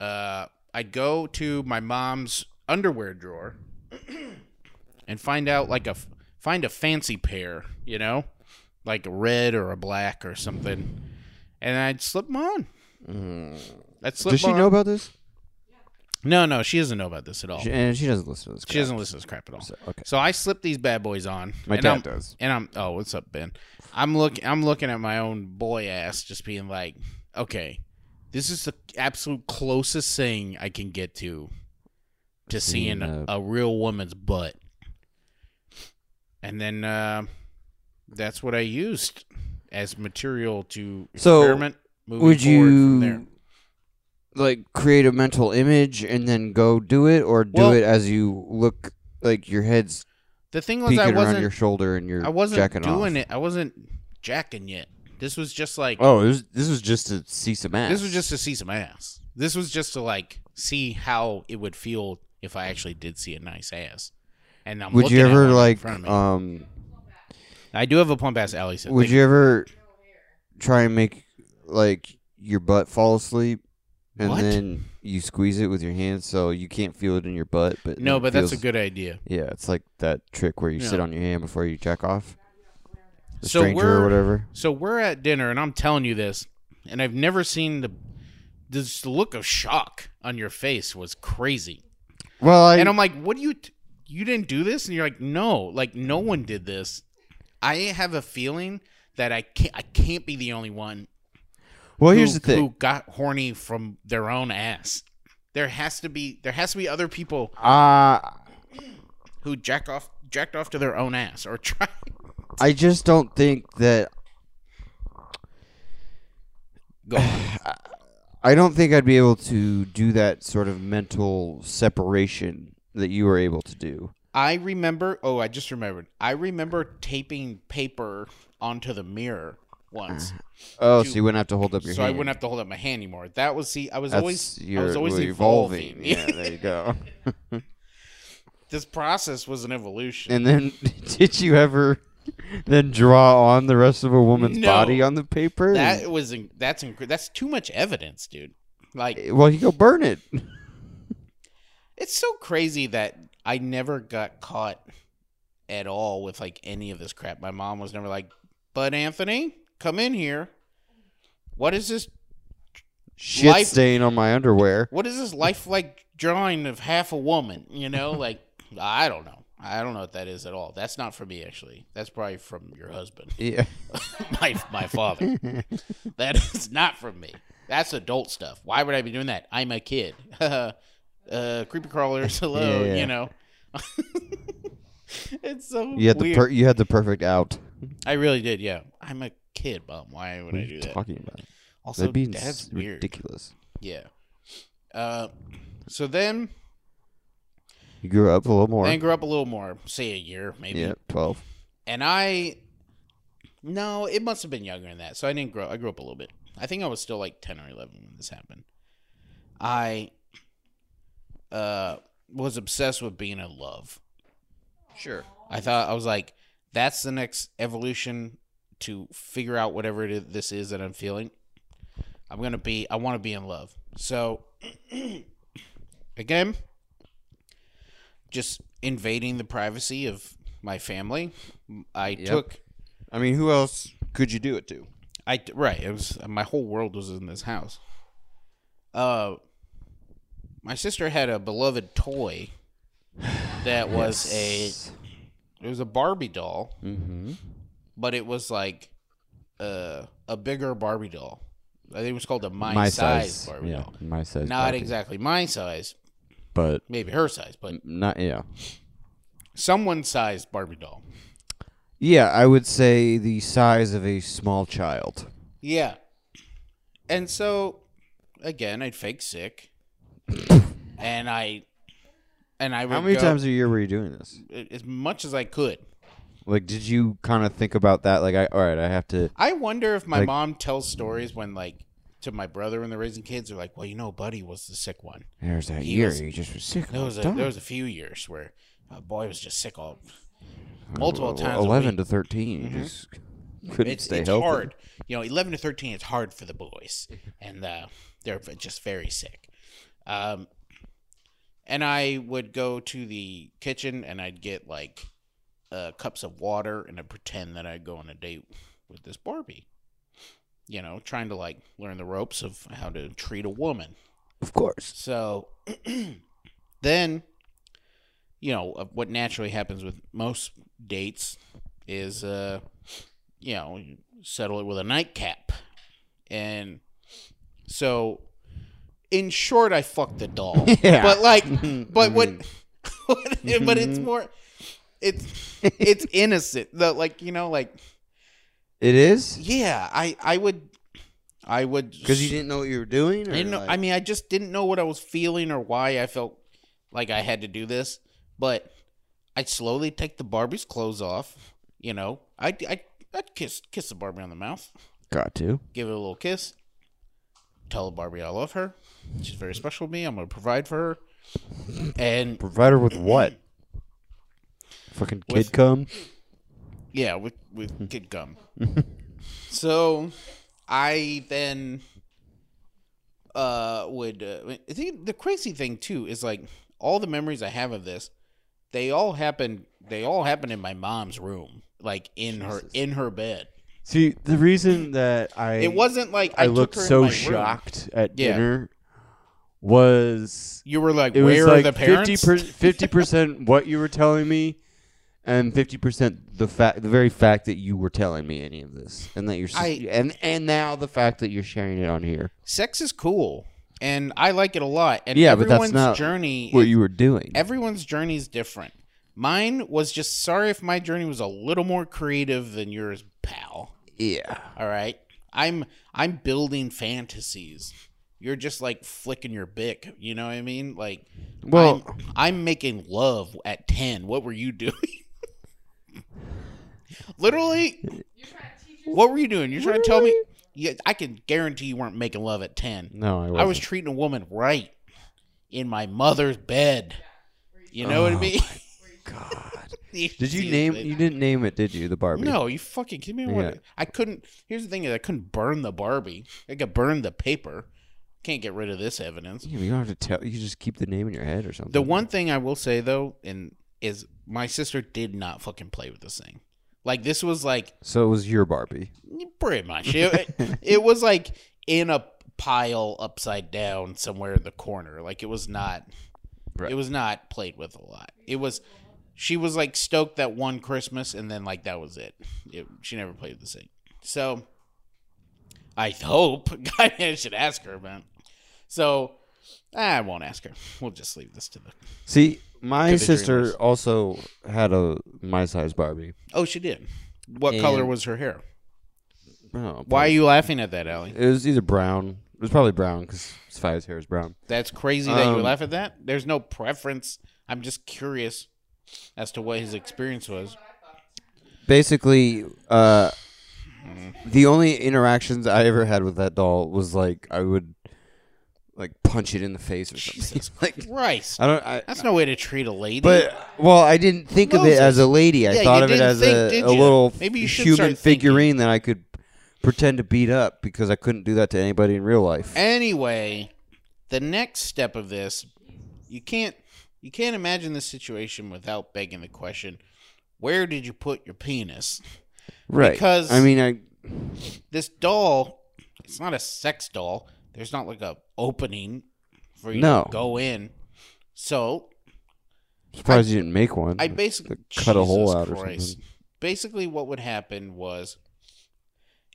uh, I'd go to my mom's underwear drawer and find out like a f- find a fancy pair, you know, like a red or a black or something, and I'd slip them on. I'd slip Mm. Does she 'em on. know about this? No, no, she doesn't know about this at all. She, She, and she doesn't listen to this. crap. doesn't listen to this crap at all. So, okay. So I slip these bad boys on. My and dad I'm, does. And I'm oh, what's up, Ben? I'm look I'm looking at my own boy ass, just being like, okay, this is the absolute closest thing I can get to to seeing Seeing a, a- a real woman's butt. And then uh, that's what I used as material to So, experiment. moving Would forward from there. you like create a mental image and then go do it, or do Well- it as you look like your head's The thing was, peeking I around wasn't your shoulder and you're I wasn't jacking doing off? it. I wasn't jacking yet. This was just like Oh, it was, this was just to see some ass. this was just to see some ass. This was just to like see how it would feel if I actually did see a nice ass. And I'm Would looking you at ever one in like front of me. um? I do have a plump ass alley. So Would like, you ever try and make like your butt fall asleep, and What? then you squeeze it with your hands so you can't feel it in your butt, but No, it but that's a feels- good idea. Yeah, it's like that trick where you sit Yeah. on your hand before you jack off. The So stranger or we're- whatever. So we're at dinner, and I'm telling you this, and I've never seen the this look of shock on your face was crazy. Well, I, and I'm like, what do you, t- you didn't do this? And you're like, no, like no one did this. I have a feeling that I can't, I can't be the only one. well, who- here's the thing. Who got horny from their own ass? There has to be, there has to be other people Uh, who jack off, jacked off to their own ass or try. I just don't think that Go on. I don't think I'd be able to do that sort of mental separation that you were able to do. I remember. Oh, I just remembered. I remember taping paper onto the mirror once, Oh, Do- so you wouldn't have to hold up your so I hand. wouldn't have to hold up my hand anymore. That was see, I was That's always, your, I was always we're evolving. Yeah, there you go. this process was an evolution. And then, did you ever then draw on the rest of a woman's No. body on the paper? that was in- that's inc- that's too much evidence, dude. Like well, you go burn it. It's so crazy that I never got caught at all with like any of this crap. My mom was never like, "But Anthony, come in here. What is this? Shit Life- stain on my underwear. What is this lifelike drawing of half a woman?" You know, like I don't know. I don't know what that is at all. That's not for me actually. That's probably from your husband, Yeah. my my father. that is not from me. That's adult stuff. Why would I be doing that? I'm a kid. uh, creepy crawlers, hello. Yeah, yeah. You know. It's so You had the weird. per- you had the perfect out. I really did. Yeah, I'm a kid, but why would What are I you do that? talking about? Also, That'd be that's ins- weird. ridiculous. Yeah. Uh, so then You grew up a little more. I grew up a little more, say a year maybe, Yeah, twelve. and I. No, it must have been younger than that. So I didn't grow. I grew up a little bit. I think I was still like ten or eleven when this happened. I uh, was obsessed with being in love. Sure, I thought I was like, that's the next evolution to figure out whatever it is, this is that I'm feeling. I'm gonna be. I want to be in love. So again, just invading the privacy of my family. I took I mean, who else could you do it to? I right. It was my whole world was in this house. Uh, my sister had a beloved toy that was a it was a Barbie doll, Mm-hmm. but it was like uh, a bigger Barbie doll. I think it was called a my, my size, size, Barbie yeah, doll. my size. Not Barbie. exactly my size, but maybe her size, but not yeah. someone sized Barbie doll. Yeah, I would say the size of a small child. Yeah. And so again, I'd fake sick. and I and I would How many go- times a year were you doing this? as much as I could. Like, did you kind of think about that? Like, I all right, I have to. I wonder if my Like- mom tells stories when like to my brother when they're raising kids, they're like, Well, you know, Buddy was the sick one. There's that He year was- you just was sick. There all was a the there time. was a few years where a boy was just sick all multiple Well, times. a Eleven week. Mm-hmm. to 13 you just couldn't it's, stay it's healthy. hard. You know, eleven to thirteen it's hard for the boys, and uh, they're just very sick. Um, and I would go to the kitchen and I'd get like uh, cups of water and I'd pretend that I'd go on a date with this Barbie. You know, trying to like learn the ropes of how to treat a woman. Of course. So then, you know, uh, what naturally happens with most dates is, uh, you know, you settle it with a nightcap. And so, in short, I fucked the doll. Yeah. Mm-hmm. But like, but what, what- but it's more, it's, it's innocent. The, like, you know, like, It is? yeah, I, I would, I would. Because you didn't know what you were doing? Or I didn't know. like- I mean, I just didn't know what I was feeling or why I felt like I had to do this. But I'd slowly take the Barbie's clothes off. You know, I I I'd kiss kiss the Barbie on the mouth, got to. give it a little kiss, tell the Barbie I love her. She's very special to me. I'm gonna provide for her. And Provide her with what? Fucking kid With- cum? Yeah, with with kid gum. so, I then uh would uh, I think the crazy thing too is like all the memories I have of this, they all happen. They all happen in my mom's room, like in her in her bed. See, the reason that I It wasn't like I, I took looked her in so my room. shocked at Yeah. dinner was You were like, it "Where was are like the parents?" fifty percent what you were telling me, and fifty percent the fact, the very fact that you were telling me any of this, and that you're, s- I- and and now the fact that you're sharing it on here. Sex is cool, and I like it a lot. And Yeah, but that's everyone's not journey What you were doing? everyone's journey is different. Mine was just sorry if my journey was a little more creative than yours, pal. yeah, All right. I'm I'm building fantasies. You're just like flicking your bick, you know what I mean? Like Well- I'm, I'm making love at 10. What were you doing? Literally, what were you doing? You're trying to tell me yeah, I can guarantee you weren't making love at 10. no, I, I was treating a woman right in my mother's bed. You know what I Oh mean? God, You did you see, name? they- You didn't name it, did you? The Barbie? No, you fucking kidding me? What- Yeah. I couldn't. Here's the thing: is I couldn't burn the Barbie. I could burn the paper. Can't get rid of this evidence. Yeah, you don't have to tell. You just keep the name in your head or something. The one thing I will say though, and is my sister did not fucking play with this thing. Like this was like So it was your Barbie. pretty much it, it, it was like in a pile upside down somewhere in the corner like it was not Right. it was not played with a lot it was she was like stoked that one christmas and then like that was it, it she never played with the thing so i hope i should ask her about so i won't ask her we'll just leave this to the See, My Good sister dreamers. also had a my size Barbie. Oh, she did. What And- color was her hair? Oh, Why are you laughing at that, Allie? It was either brown. It was probably brown because Sophia's hair is brown. That's crazy that you Um, laugh at that. There's no preference. I'm just curious as to what his experience was. Basically, uh, the only interactions I ever had with that doll was like I would like punch it in the face or something. like Christ, I don't. I, that's no way to treat a lady. But well, I didn't think of it Moses. as a lady. I Yeah, thought you of it didn't as think, a, did a you? little Maybe you should human start thinking. figurine that I could pretend to beat up because I couldn't do that to anybody in real life. anyway, the next step of this, you can't you can't imagine this situation without begging the question, where did you put your penis? right? because- I mean, I This doll, it's not a sex doll. There's not like a opening for you No. to go in. So surprised you didn't make one. I basically cut a hole Jesus out or something. Basically, what would happen was,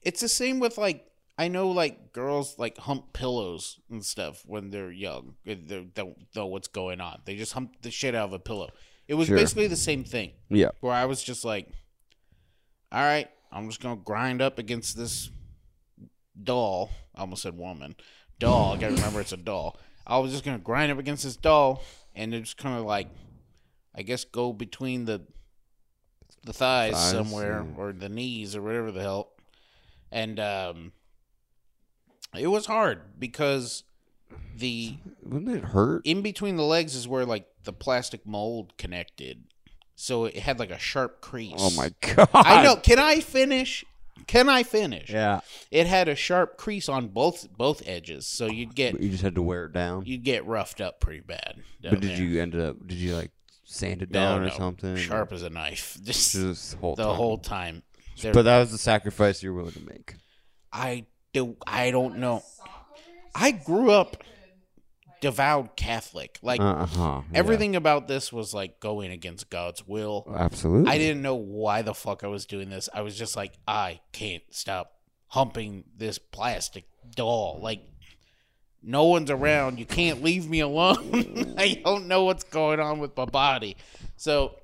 it's the same with like I know like girls like hump pillows and stuff when they're young. They they don't know what's going on. They just hump the shit out of a pillow. It was Sure. basically the same thing yeah, where I was just like, all right, I'm just gonna grind up against this doll. I almost said woman. Doll. I gotta remember it's a doll. I was just gonna grind up against this doll and then just kind of like, I guess go between the the thighs, Thighs, somewhere yeah. or the knees or whatever the hell. And um, it was hard because the wouldn't it hurt? in between the legs is where like the plastic mold connected, so it had like a sharp crease. Oh my god! I know. Can I finish? Can I finish? Yeah, It had a sharp crease on both both edges, so you'd get but you just had to wear it down. you'd get roughed up pretty bad. down but did there. you end up? Did you like sand it No, down or no. something? Sharp as a knife. Just Just whole the time. whole time. There- But that was the sacrifice you were willing to make. I do. I don't know. I grew up devout Catholic. Like Uh huh. everything about this was like going against God's Uh, will. Absolutely. I didn't know why the fuck I was doing this. I was just like, I can't stop humping this plastic doll. Like, no one's around. You can't leave me alone. I don't know what's going on with my body. So,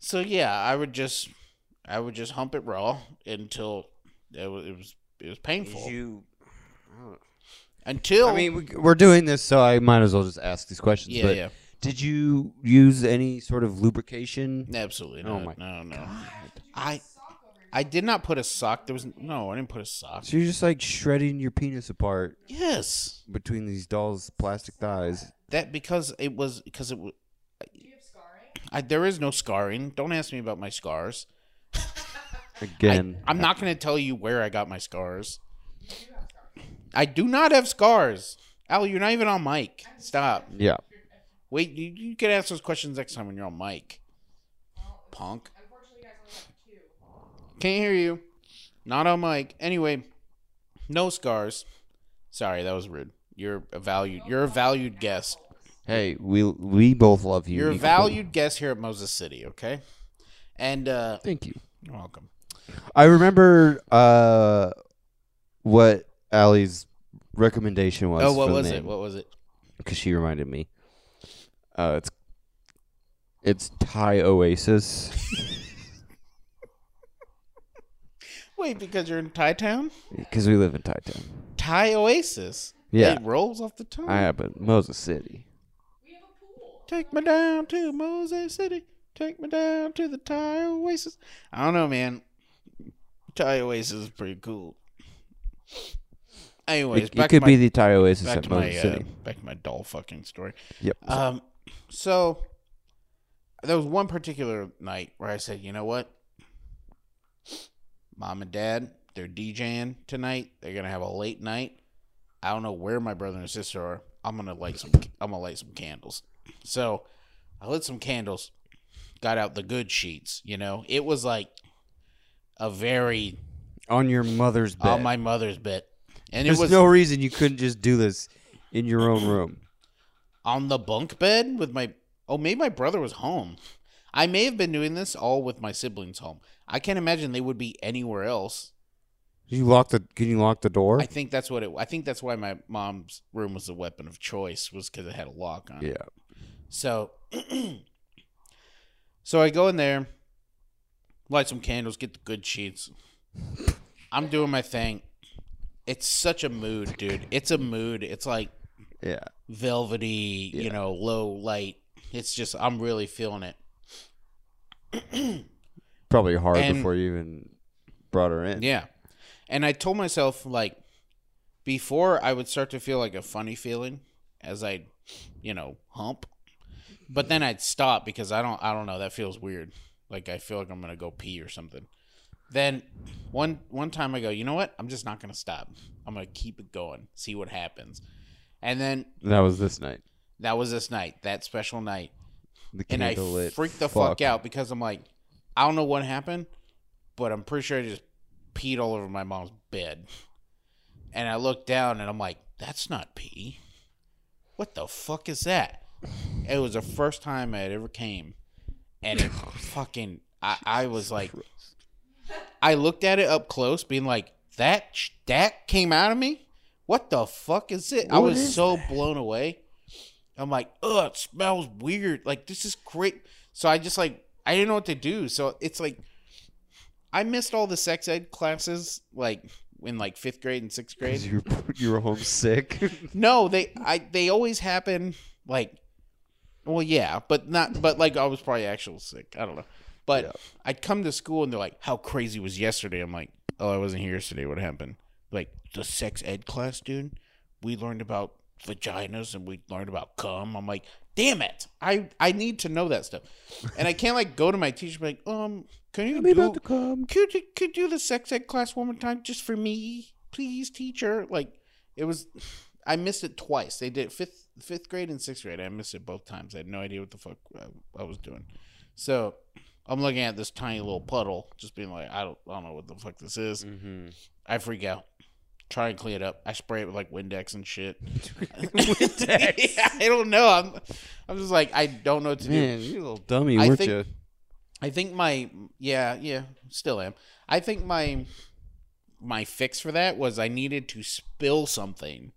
so yeah, I would just, I would just hump it raw until it was, it was, it was painful. You until I mean, we- we're doing this, so I might as well just ask these questions. yeah, but yeah, Did you use any sort of lubrication? absolutely. Oh Not. my no, no. I, I did not put a sock. There was no. I didn't put a sock. So you're just like shredding your penis apart Yes, between these dolls' plastic thighs. that because it was because it. wa- Do you have scarring? I, there is no scarring. Don't ask me about my scars. Again, I'm not going to tell you where I got my scars. I do not have scars. Al, you're not even on mic. Stop. yeah. Wait, you, you can ask those questions next time when you're on mic. Punk. Can't hear you. Not on mic. Anyway, no scars. Sorry, that was rude. You're a valued. You're a valued guest. Hey, we we both love you. You're a equally. valued guest here at Moses City, okay? And uh Thank you. you're welcome. I remember uh, what Allie's recommendation was. Oh, what for the was it? name. What was it? because she reminded me. Uh, it's it's Thai Oasis. Wait, because you're in Thai Town? Because we live in Thai Town. Thai Oasis. Yeah. It rolls off the tongue. I have a Moses City. Take me down to Moses City. Take me down to the Thai Oasis. I don't know, man. Thai Oasis is pretty cool. Anyways, It, it back could to my, be the Thai Oasis back at to Moses my uh, City. back to my doll fucking story. Yep. Um, so there was one particular night where I said, you know what? Mom and dad, they're DJing tonight. They're gonna have a late night. I don't know where my brother and sister are. I'm gonna light some. I'm gonna light some candles. So I lit some candles. Got out the good sheets. You know, it was like a very On your mother's bed. on Oh, my mother's bed, and There's it was no reason you couldn't just do this in your own room. on the bunk bed with my oh maybe my brother was home i may have been doing this all with my siblings home i can't imagine they would be anywhere else You lock the. Can you lock the door? i think that's what it i think that's why my mom's room was a weapon of choice was because it had a lock on it yeah. So, so I go in there, light some candles, get the good sheets. I'm doing my thing. It's such a mood, dude. It's a mood. It's like Yeah. velvety, you Yeah. know, low light. It's just I'm really feeling it. Probably hard And- before you even brought her in. Yeah. And I told myself like before I would start to feel like a funny feeling as I, you know, hump. But then I'd stop because I don't I don't know, that feels weird. Like I feel like I'm going to go pee or something. Then one one time I go, "You know what? I'm just not going to stop. I'm going to keep it going. See what happens." And then That was this night. that was this night, that special night The and I candlelit freaked the fuck. out because I'm like, I don't know what happened, but I'm pretty sure I just peed all over my mom's bed. And I looked down and I'm like, that's not pee. What the fuck is that? It was the first time I had ever came, and it fucking I, I was like, I looked at it up close, being like, that sh- that came out of me. What the fuck is it? I was so blown away. I'm like, ugh, it smells weird. Like this is great. So I just like I didn't know what to do. So it's like I missed all the sex ed classes like in like fifth grade and sixth grade. You were, you were homesick. No, they I they always happen like well yeah, but not but like I was probably actual sick. I don't know. But I'd come to school and they're like, How crazy was yesterday? I'm like, Oh, I wasn't here yesterday, what happened? Like the sex ed class, dude, we learned about vaginas and we learned about cum. I'm like, damn it. I, I need to know that stuff. And I can't like go to my teacher and be like, um, can you do come. could you could you do the sex ed class one more time just for me, please, teacher? Like it was, I missed it twice. They did fifth fifth grade and sixth grade. I missed it both times. I had no idea what the fuck I, I was doing. So I'm looking at this tiny little puddle, just being like, I don't I don't know what the fuck this is. mm-hmm. I freak out. Try and clean it up. I spray it with like Windex and shit. Yeah, I don't know. I'm, I'm just like I don't know what to do. Man, you little dummy, I weren't think- you? I think my yeah yeah still am. I think my my fix for that was I needed to spill something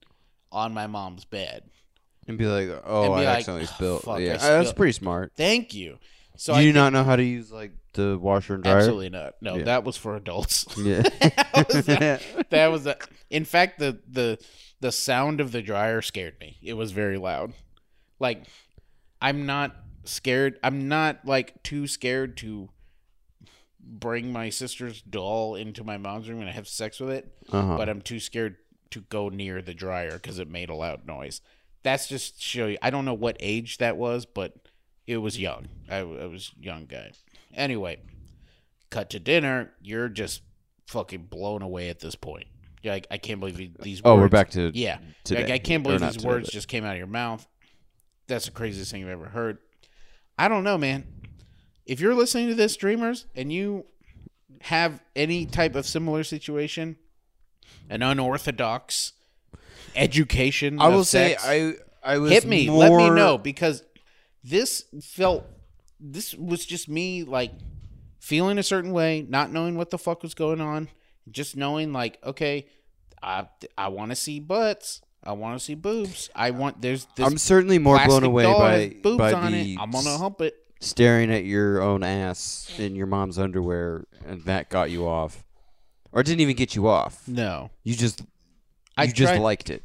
on my mom's bed. And be like, oh, And I be like, accidentally "Oh, spilled. fuck, I yeah, Uh, that's spilled." pretty smart. Thank you. So Do I you not know how to use like the washer and dryer? absolutely not. No, Yeah. that was for adults. that was Yeah. that was a, in fact the the the sound of the dryer scared me. It was very loud. Like I'm not scared. I'm not like too scared to bring my sister's doll into my mom's room and have sex with it. uh-huh. but I'm too scared to go near the dryer because it made a loud noise. That's just to show you. I don't know what age that was, but it was young. I, w- I was a young guy. Anyway, cut to dinner. You're just fucking blown away at this point. You're like, I can't believe you- these. oh, we're words- back to Yeah, today. like I can't Or believe not these today, words but- just came out of your mouth. That's the craziest thing I've ever heard. I don't know, man. If you're listening to this, dreamers, and you have any type of similar situation, an unorthodox education, I of will say sex, I I was hit me. Let me more- know because this felt this was just me like feeling a certain way, not knowing what the fuck was going on, just knowing like okay, I I want to see butts, I want to see boobs, I want there's this I'm certainly more plastic blown away doll has by boobs by on the it. I'm gonna hump it. staring at your own ass in your mom's underwear, and that got you off, or it didn't even get you off. No, You just you I just tried- liked it.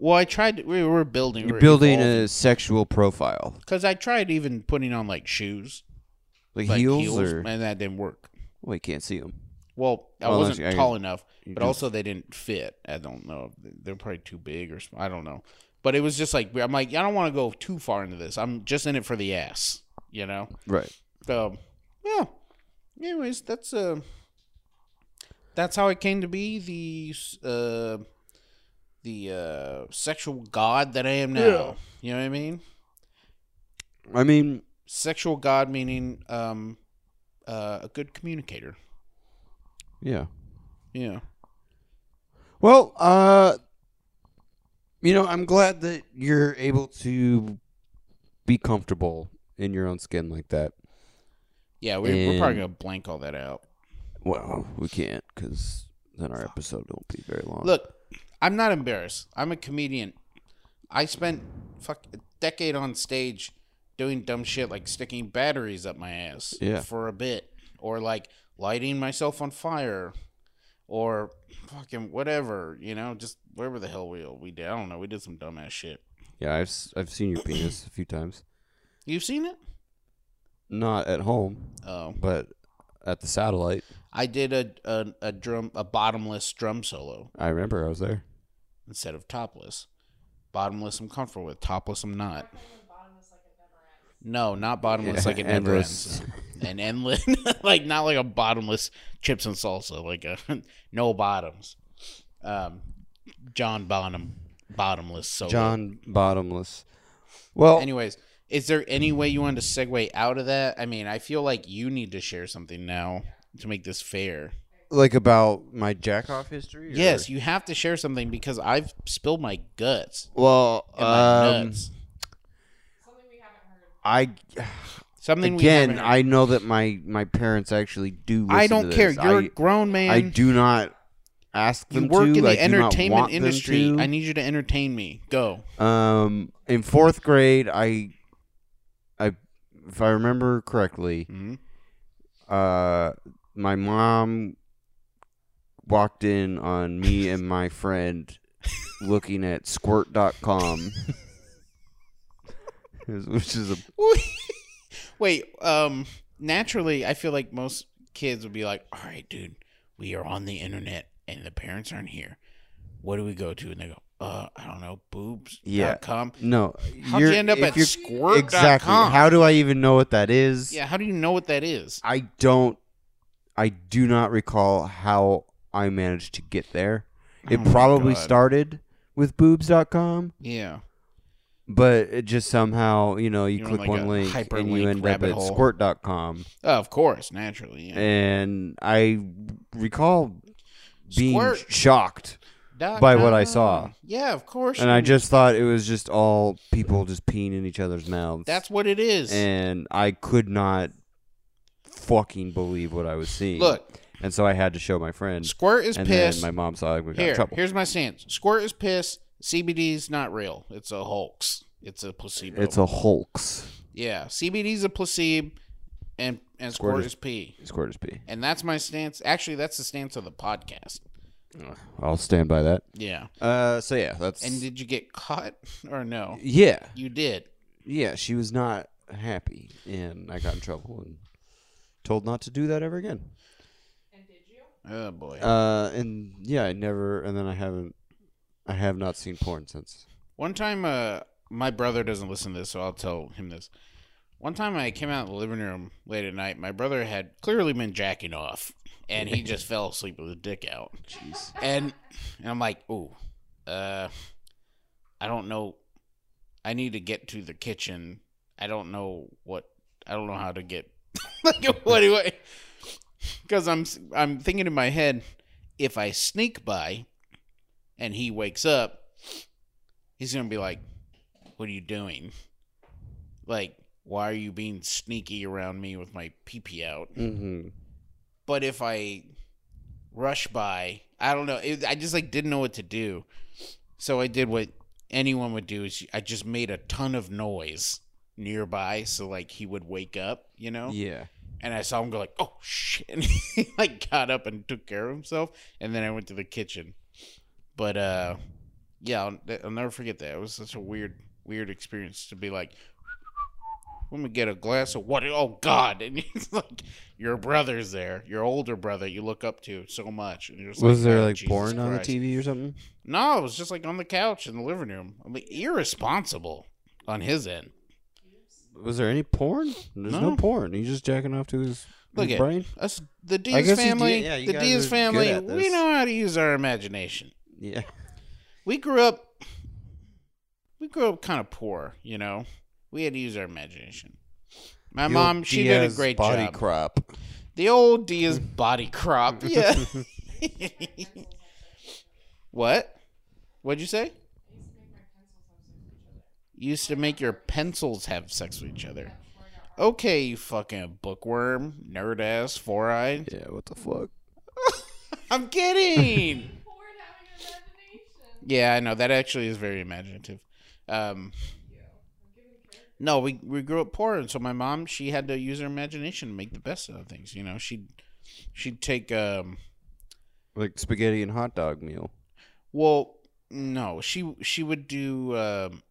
Well, I tried. We were building. You're building a sexual profile, because I tried even putting on like shoes, like, like heels, heels, or and that didn't work. well, you can't see them. Well, I Well, wasn't that's- I- tall enough, but just- also they didn't fit. I don't know. They're probably too big or sm- I don't know. But it was just like I'm like I don't want to go too far into this. I'm just in it for the ass, you know. Right. So yeah. Anyways, that's uh that's how it came to be the uh the uh sexual god that I am now. You know what I mean? I mean, Sexual god meaning um uh a good communicator. yeah. Yeah. Well, uh, you know, I'm glad that you're able to be comfortable in your own skin like that. Yeah, we, we're probably And- gonna blank all that out. Well, we can't because then our episode won't be very long. Look, I'm not embarrassed. I'm a comedian. I spent fuck decade on stage doing dumb shit like sticking batteries up my ass Yeah. for a bit, or like lighting myself on fire, or fucking whatever, you know, just whatever the hell we we did. I don't know. We did some dumbass shit. Yeah, I've s- I've seen your penis a few times. You've seen it? Not at home, Oh, but at the satellite. I did a a, a drum a bottomless drum solo I remember I was there. instead of topless. Bottomless, I'm comfortable with. Topless, I'm not. No, not bottomless like it never endless. ends. An endless, like not like a bottomless chips and salsa, like a no bottoms. Um, John Bonham, bottomless Oh, solo. John Bottomless. Well, Anyways, is there any way you wanted to segue out of that? I mean, I feel like you need to share something now to make this fair. like about my jack off history. or- Yes, you have to share something because I've spilled my guts Well, and my um, nuts. I Something we again, haven't- I know that my my parents actually do. Listen I to don't this. care. You're a I, grown man. I do not ask You them work to. in the I do not want entertainment them industry. to. I need you to entertain me. Go. Um, in fourth grade, I, I, if I remember correctly, hmm uh, my mom walked in on me and my friend looking at squirt.com, which is a Wait. Um. Naturally, I feel like most kids would be like, "All right, dude, we are on the internet, and the parents aren't here. What do we go to?" And they go, "Uh, I don't know, boobs. Yeah. Com. no. How'd you're- you end up if at you're- squirt.com? Exactly. How do I even know what that is? yeah. How do you know what that is? I don't. I do not recall how I managed to get there. It Oh my probably God. started with boobs.com. Yeah. but it just somehow you know you You're on, click like, one a link and you hyperlink end up rabbit at hole. squirt.com Oh, of course. Naturally. Yeah. and i recall being Squirt. shocked Dot by what I com. saw. Yeah. Of course. and i you- just thought it was just all people just peeing in each other's mouths That's what it is. and i could not fucking believe what i was seeing Look, and so i had to show my friend squirt is and pissed. then my mom saw it we got in Here, trouble here's my stance. Squirt is piss. CBD's not real. It's a hoax. It's a placebo. it's a hoax yeah. CBD's a placebo, and and squirt, is pee. squirt is pee And that's my stance. Actually, that's the stance of the podcast. i'll stand by that Yeah. uh so yeah that's And did you get caught or no? yeah You did. yeah, she was not happy, and I got in trouble and told not to do that ever again. Oh boy. Uh, and yeah, I never, and then I haven't, I have not seen porn since. One time, uh, my brother doesn't listen to this, so I'll tell him this. One time, I came out of the living room late at night. My brother had clearly been jacking off, and he just fell asleep with his dick out. Jeez. And, and I'm like, ooh, uh, I don't know. I need to get to the kitchen. I don't know what. I don't know how to get. like, what do I? Because I'm I'm thinking in my head, if I sneak by, and he wakes up, he's gonna be like, "What are you doing? Like, why are you being sneaky around me with my pee pee out?" Mm-hmm. But if I rush by, I don't know. It, I just like didn't know what to do, so I did what anyone would do: is I just made a ton of noise nearby, so like he would wake up, you know Yeah, and I saw him go like, "Oh shit!" And he like got up and took care of himself, and then I went to the kitchen. But uh, yeah, I'll, I'll never forget that. It was such a weird, weird experience to be like, "Let me get a glass of what?" Oh God! And it's like your brother's there, your older brother you look up to so much, and you're just was there "Oh, like Jesus porn on the Christ." TV or something? No, it was just like on the couch in the living room. I mean, irresponsible on his end. Was there any porn? There's no, No. porn. He's just jacking off to his, Look his at brain. us, the I Diaz guess you did- family. yeah, you the guys are Diaz good family. at We this. know how to use our imagination. Yeah, We grew up. We grew up kind of poor, you know. We had to use our imagination. My mom, she did a great body job. crop. the old Diaz body crop, yeah. what? What'd you say? You used to make your pencils have sex with each other. Okay, you fucking bookworm, nerd ass, four eyed. Yeah, what the fuck? I'm kidding. Forward having an imagination. yeah, I know that actually is very imaginative. Um, No, we we grew up poor, and so my mom she had to use her imagination to make the best out of things. You know, she'd she'd take um Like spaghetti and hot dog meal. well no she she would do um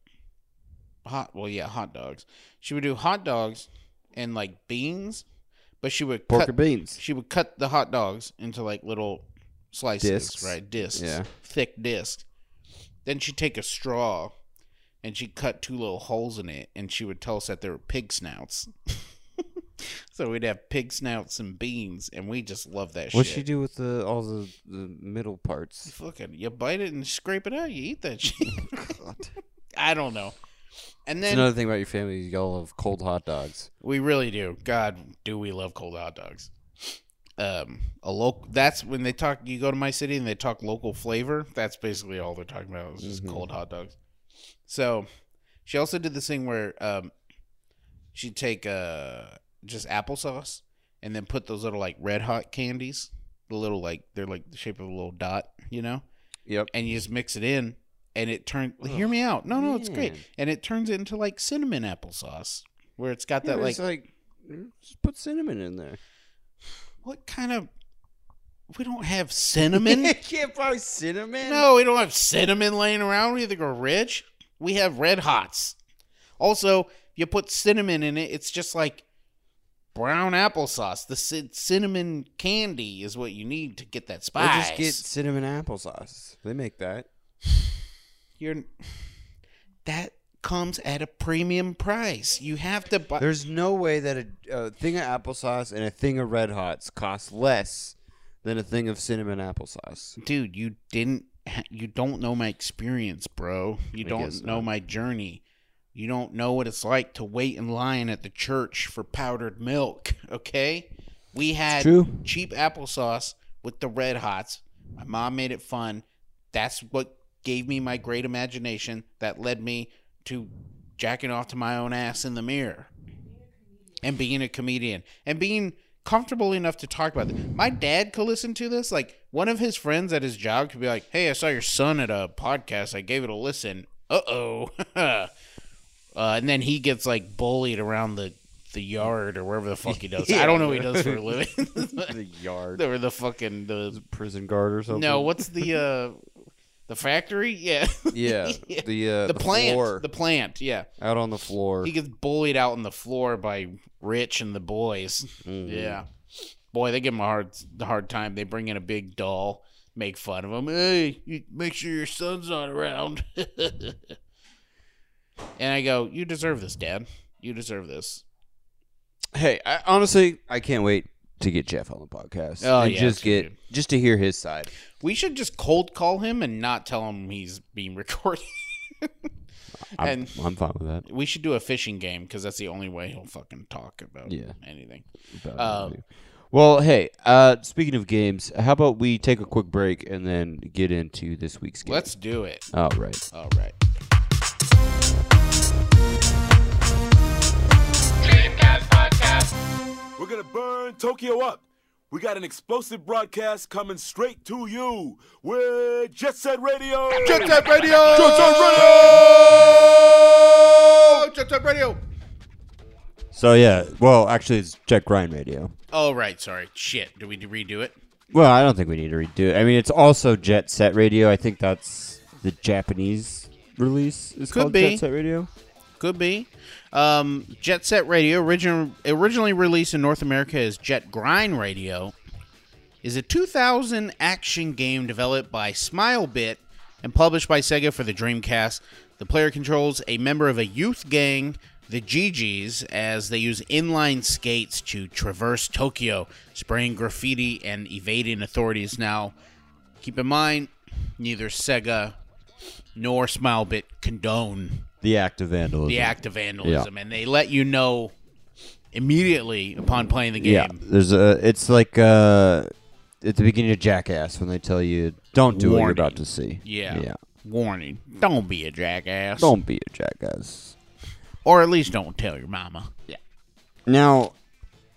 hot well yeah hot dogs. She would do hot dogs and like beans, but she would Pork cut and beans. she would cut the hot dogs into like little slices, Discs. right? Discs, Yeah. thick discs. Then she'd take a straw and she'd cut two little holes in it, and she would tell us that they were pig snouts. so we'd have pig snouts and beans, and we just love that What'd she shit. do with the all the, the middle parts? Fucking, you bite it and scrape it out. You eat that shit. I don't know. And That's then Oh, another thing about your family, y'all love cold hot dogs. We really do. God, do we love cold hot dogs? Um, a local. That's when they talk. You go to my city and they talk local flavor. That's basically all they're talking about. It's just cold hot dogs. So, she also did this thing where um, she'd take uh just applesauce and then put those little like red hot candies. The little like they're like the shape of a little dot, you know Yep. and you just mix it in and it turns hear me out no no it's great man. and it turns into like cinnamon applesauce where it's got that like, like, like just put cinnamon in there. what kind of we don't have cinnamon can't buy cinnamon. no we don't have cinnamon laying around we either go rich we have red hots also you put cinnamon in it it's just like brown applesauce the cin- cinnamon candy is what you need to get that They spice just get cinnamon applesauce. They make that. you're that comes at a premium price you have to buy There's no way that a, a thing of applesauce and a thing of red hots costs less than a thing of cinnamon applesauce. dude you didn't ha- you don't know my experience bro you I guess don't know not. my journey you don't know what it's like to wait in line at the church for powdered milk okay we had true. cheap applesauce with the red hots my mom made it fun that's what gave me my great imagination that led me to jacking off to my own ass in the mirror and being a comedian and being comfortable enough to talk about it. My dad could listen to this. Like one of his friends at his job could be like, "Hey, I saw your son at a podcast. I gave it a listen. Uh-oh. uh And then he gets like bullied around the the yard or wherever the fuck he does. I don't know what he does for a living. The yard, or the fucking the prison guard, or something. no. What's the uh the factory? Yeah. Yeah, Yeah. the uh, The plant, floor. the plant, yeah. out on the floor. He gets bullied out on the floor by Rich and the boys. Mhm. Yeah. Boy, they give him a hard hard time. They bring in a big doll, make fun of him. Hey, you, make sure your son's not around. and I go, you deserve this, Dad. You deserve this. Hey, I, honestly, I can't wait to get Jeff on the podcast. Oh, and yeah, just it's get good. just to hear his side. We should just cold call him and not tell him he's being recorded. I'm, And- I'm fine with that. we should do a fishing game because that's the only way he'll fucking talk about Yeah. anything. But- Um, well, hey, uh, speaking of games, how about we take a quick break and then get into this week's game? Let's do it. All right. All right. We're gonna burn Tokyo up. We got an explosive broadcast coming straight to you with Jet Set Radio. Jet Set Radio. Jet Set Radio. So yeah, well, actually, it's Jack Grind Radio. All right. Sorry. Shit. Do we redo it? Well, I don't think we need to redo it. I mean, it's also Jet Set Radio. I think that's the Japanese release. It's Could called be. Jet Set Radio. Could be. Um, Jet Set Radio, origin, originally released in North America as Jet Grind Radio, is a 2000 action game developed by Smilebit and published by Sega for the Dreamcast. The player controls a member of a youth gang, the GGs, as they use inline skates to traverse Tokyo, spraying graffiti and evading authorities. Now, keep in mind, neither Sega nor Smilebit condone The act of vandalism. the act of vandalism, and they let you know immediately upon playing the game. Yeah, there's a. It's like uh, at the beginning of Jackass when they tell you don't do what you're Warning. about to see. Yeah. yeah. Warning: Don't be a jackass, Don't be a jackass. or at least don't tell your mama. Yeah, Now,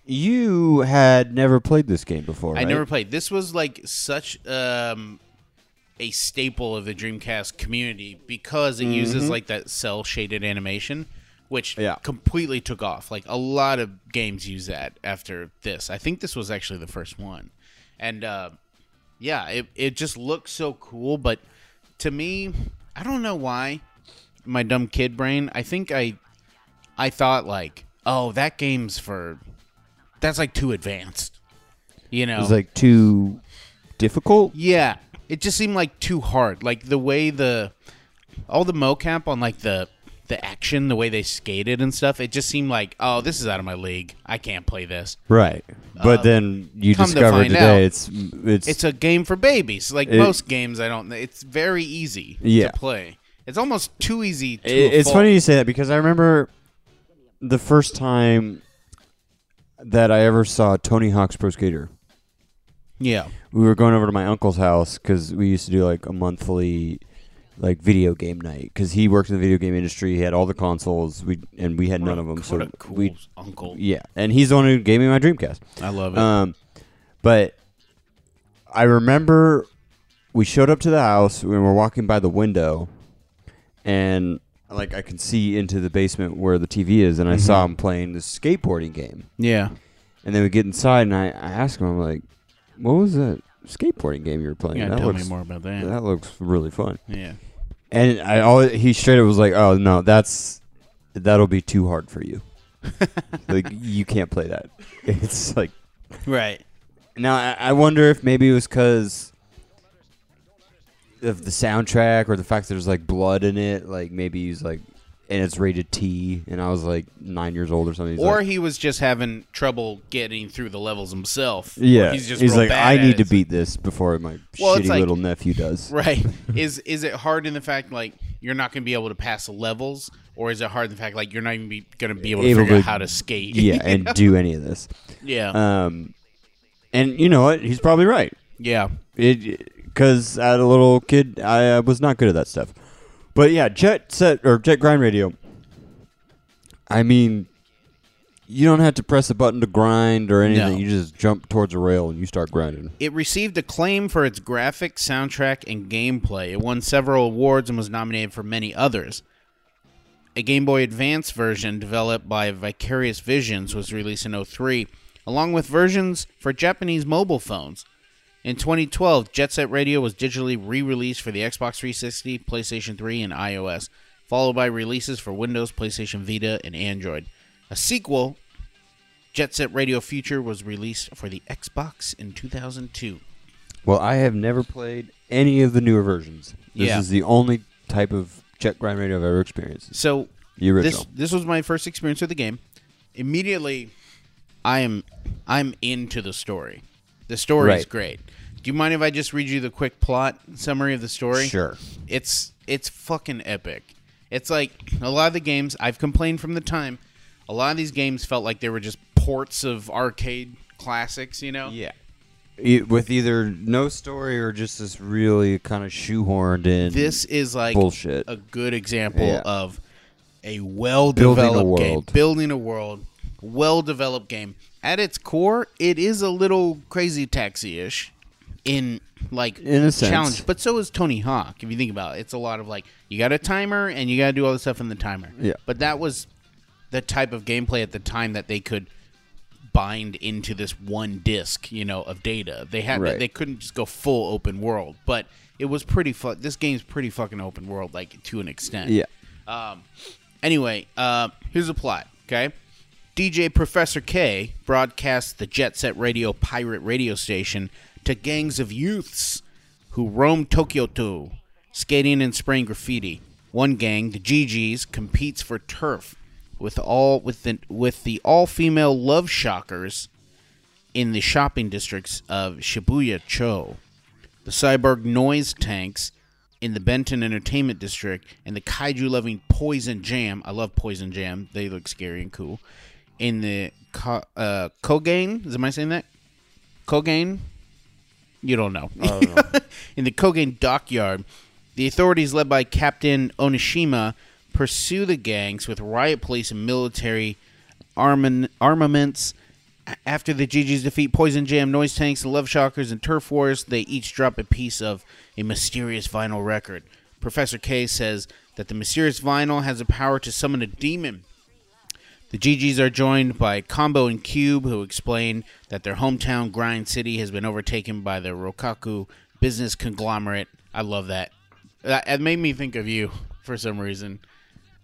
you had never played this game before. I right? never played. This was like such um, a staple of the Dreamcast community because it uses like that cell shaded animation. which Mm-hmm. Yeah. completely took off. Like a lot of games use that after this. I think this was actually the first one, and uh, yeah, it it just looks so cool. But to me, I don't know why my dumb kid brain. I think I I thought like, oh, that game's for that's like too advanced. You know, It's like too difficult. yeah, it just seemed like too hard. Like the way the all the mocap on like the the action, the way they skated and stuff, it just seemed like, oh, this is out of my league. I can't play this. Right. But then you Um, come to discover find today out, it's it's It's a game for babies. Like It- most games, I don't. It's very easy Yeah. to play. It's almost too easy. To It- a it's fault. funny you say that because I remember the first time that I ever saw Tony Hawk's Pro Skater. Yeah. We were going over to my uncle's house because we used to do like a monthly like video game night because he worked in the video game industry. He had all the consoles. We and we had none of them. So What a cool we uncle. yeah, and he's the one who gave me my Dreamcast. I love it. Um, but I remember we showed up to the house when we were walking by the window, and like I can see into the basement where the TV is, and I saw Mm-hmm. him playing this skateboarding game. yeah. And then we get inside, and I, I ask him, I'm like, "What was that skateboarding game you were playing? You gotta that tell looks me more about that. that looks really fun." yeah. And I always he straight up was like, "Oh no, that's that'll be too hard for you. like you can't play that. It's like." Right. Now I, I wonder if maybe it was because of the soundtrack or the fact that there's like blood in it. Like maybe he's like, and it's rated T, and I was like nine years old or something. He's or like, he was just having trouble getting through the levels himself. or yeah, He's just real like, bad I at need it, to so- beat this before my Well, it's shitty like- little nephew does. Right. is is it hard in the fact like you're not going to be able to pass the levels, or is it hard in the fact like you're not even be, going to be able to Able figure out to- how to skate? Yeah, and do any of this. yeah, Um, and you know what? He's probably right. yeah, It because as a little kid, I uh, was not good at that stuff. But yeah, Jet Set or Jet Grind Radio. I mean, you don't have to press a button to grind or anything. No. You just jump towards a rail and you start grinding. It received acclaim for its graphic, soundtrack, and gameplay. It won several awards and was nominated for many others. A Game Boy Advance version developed by Vicarious Visions was released in 03, along with versions for Japanese mobile phones. In 2012, Jet Set Radio was digitally re released for the Xbox 360, PlayStation 3, and iOS, followed by releases for Windows, PlayStation Vita, and Android. A sequel, Jet Set Radio Future was released for the Xbox in 2002. Well, I have never played any of the newer versions. This Yeah. is the only type of Jet Grind Radio I've ever experienced. So The original. this this was my first experience with the game. Immediately, I am I'm into the story. The story is Right. great. Do you mind if I just read you the quick plot summary of the story? Sure. It's it's fucking epic. It's like a lot of the games I've complained from the time. A lot of these games felt like they were just ports of arcade classics. You know. E- with either no story or just this really kind of shoehorned in. this is like Bullshit. a good example Yeah. of a well Building a developed world. game building a world well developed game at its core it is a little crazy taxi-ish in like In a sense. challenge but so is tony hawk if you think about it it's a lot of like you got a timer and you got to do all the stuff in the timer Yeah. but that was the type of gameplay at the time that they could bind into this one disk, you know, of data. They had Right. they couldn't just go full open world, but it was pretty fu- this game's pretty fucking open world like to an extent. yeah. Anyway, uh, here's the plot. Okay, DJ Professor K broadcasts the Jet Set Radio pirate radio station to gangs of youths who roam Tokyo to skating and spraying graffiti. One gang, the GGs, competes for turf with all with the with the all female love shockers in the shopping districts of Shibuya Cho the cyborg noise tanks in the Benton Entertainment District, and the kaiju loving Poison Jam. I love Poison Jam. They look scary and cool. In the Ko- uh, Kogane, is am I saying that? Kogane? You don't know. in the Kogane dockyard, the authorities led by Captain Onishima pursue the gangs with riot police and military armin- armaments. A- After the GGs defeat Poison Jam, Noise Tanks, and Love Shockers, and Turf Wars, they each drop a piece of a mysterious vinyl record. Professor K says that the mysterious vinyl has the power to summon a demon The GGs are joined by Combo and Cube, who explain that their hometown grind city has been overtaken by the Rokaku business conglomerate. I love that. That it made me think of you for some reason.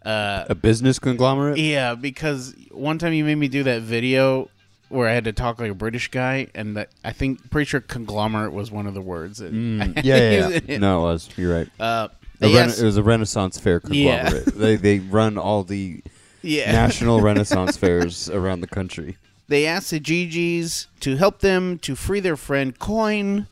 A business conglomerate? Yeah, because one time you made me do that video where I had to talk like a British guy, and that I think pretty sure conglomerate was one of the words. that I used in it. no, it was. You're right. Uh, Mm. A rena- yes. it was a Renaissance fair Yeah. conglomerate. they they run all the yeah. national Renaissance fairs around the country. They asked the GGs to help them to free their friend Coin,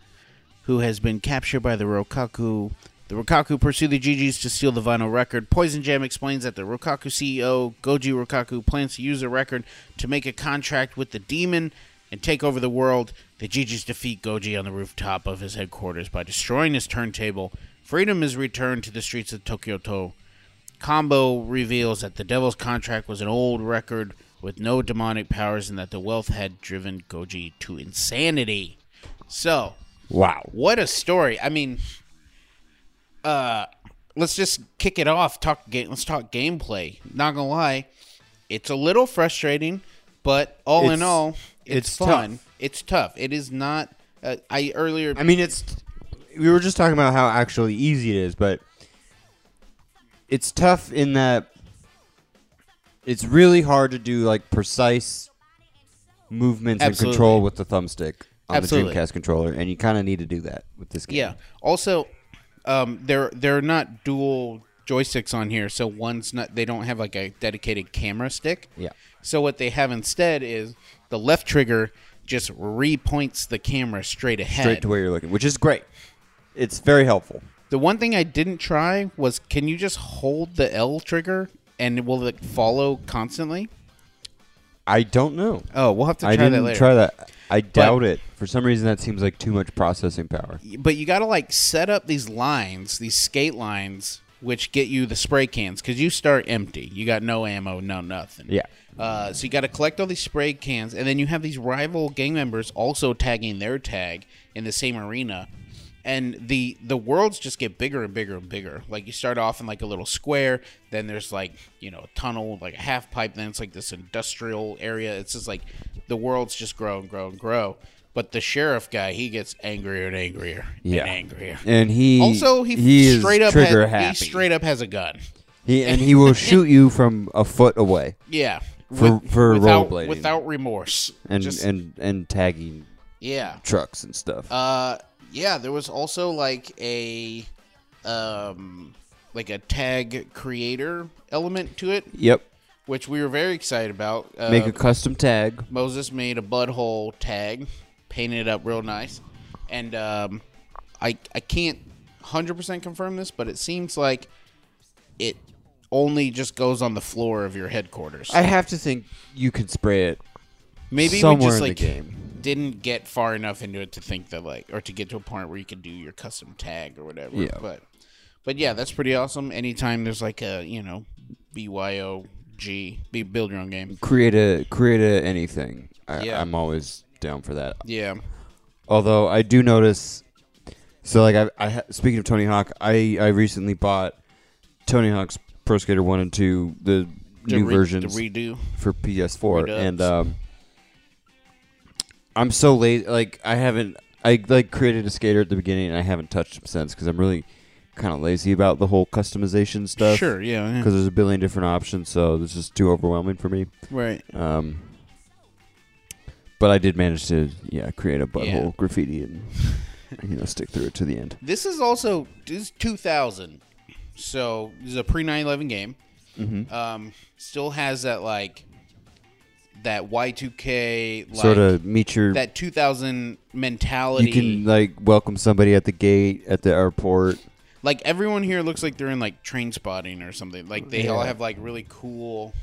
who has been captured by the Rokaku. The Rokaku pursue the GGs to steal the vinyl record. Poison Jam explains that the Rokaku CEO, Goji Rokaku, plans to use the record to make a contract with the demon and take over the world. The GGs defeat Goji on the rooftop of his headquarters by destroying his turntable. Freedom is returned to the streets of Tokyo To. Combo reveals that the devil's contract was an old record with no demonic powers and that the wealth had driven Goji to insanity. So, Wow. what a story. I mean, uh let's just kick it off. Talk game let's talk gameplay. Not gonna lie. It's a little frustrating, but all in It's- all, it's, it's fun. tough. It's tough. It is not uh, I earlier I mean, it's. We were just talking about how actually easy it is, but it's tough in that it's really hard to do like precise movements Absolutely. and control with the thumbstick on Absolutely. the Dreamcast controller, and you kind of need to do that with this game. Yeah. Also, um, they're they're not dual joysticks on here, so one's not. They don't have like a dedicated camera stick. Yeah. So what they have instead is the left trigger just repoints the camera straight ahead. straight to where you're looking, which is great. It's very helpful. the one thing I didn't try was can you just hold the L trigger and it will like follow constantly? I don't know. Oh, we'll have to try I that didn't later. try that. I doubt it. For some reason, that seems like too much processing power. but you got to like set up these lines, these skate lines, which get you the spray cans because you start empty. You got no ammo, no nothing. Yeah. Uh, so you got to collect all these spray cans, and then you have these rival gang members also tagging their tag in the same arena, and the the worlds just get bigger and bigger and bigger. Like you start off in like a little square, then there's like you know a tunnel, like a half pipe, then it's like this industrial area. It's just like the worlds just grow and grow and grow. But the sheriff guy, he gets angrier and angrier Yeah. and angrier. And he also, he, he straight is up trigger has, happy. he straight up has a gun. He- and he will shoot you from a foot away Yeah, For- for without, rollerblading. without remorse. and Just- and and tagging yeah. trucks and stuff. Uh, yeah, there was also like a, um, like a tag creator element to it, yep. which we were very excited about. Uh, Make a custom tag. Moses made a butthole tag, painted it up real nice, and um, I I can't hundred percent confirm this, but it seems like it only just goes on the floor of your headquarters. I have to think you can spray it. Maybe we somewhere just in the like game. didn't get far enough into it to think that like or to get to a point where you could do your custom tag or whatever. Yeah. But but yeah, that's pretty awesome. Anytime there's like a you know BYOG, be build your own game. Create a create a anything. I, Yeah. I'm always down for that. Yeah. Although I do notice, so like I, I ha- speaking of Tony Hawk, I I recently bought Tony Hawk's Pro Skater One and Two, the The new re- versions the redo. for PS4, redubs. and um, I'm so late. Like I haven't, I like created a skater at the beginning, and I haven't touched him since because I'm really kind of lazy about the whole customization stuff. Sure. Yeah. yeah. Because there's a billion different options, so this is too overwhelming for me. Right. Um, but I did manage to, yeah, create a butthole Yeah. graffiti and you know stick through it to the end. This is also this is 2000, so this is a pre 9/11 game. Mm-hmm. Um, still has that like that Y2K like sort of meet your. that 2000 mentality. you can like welcome somebody at the gate at the airport. like everyone here looks like they're in like train spotting or something like they all have like really cool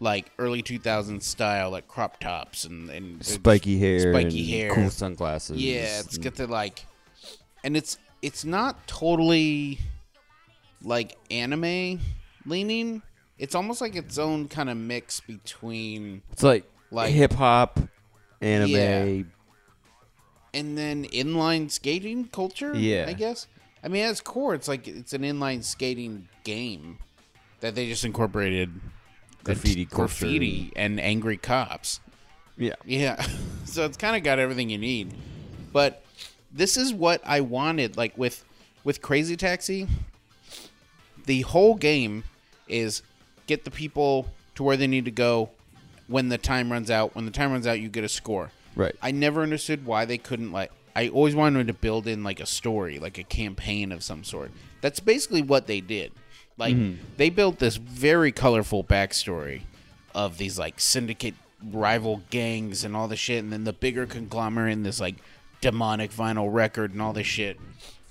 like early 2000s style like crop tops and and Spiky hair, spiky and hair cool sunglasses. yeah it's and- got the like and it's it's not totally like anime leaning it's almost like its own kind of mix between It's like, like- hip hop, anime. Yeah. and then inline skating culture. Yeah. I guess. I mean, at its core, it's like it's an inline skating game that they just incorporated Graffiti culture. graffiti and angry cops. Yeah. Yeah. So it's kind of got everything you need. But this is what I wanted like with with Crazy Taxi. The whole game is get the people to where they need to go when the time runs out. When the time runs out, you get a score. Right. I never understood why they couldn't like I always wanted to build in like a story, like a campaign of some sort. That's basically what they did. Like Mm-hmm. they built this very colorful backstory of these like syndicate rival gangs and all the shit and then the bigger conglomerate and this like demonic vinyl record and all this shit.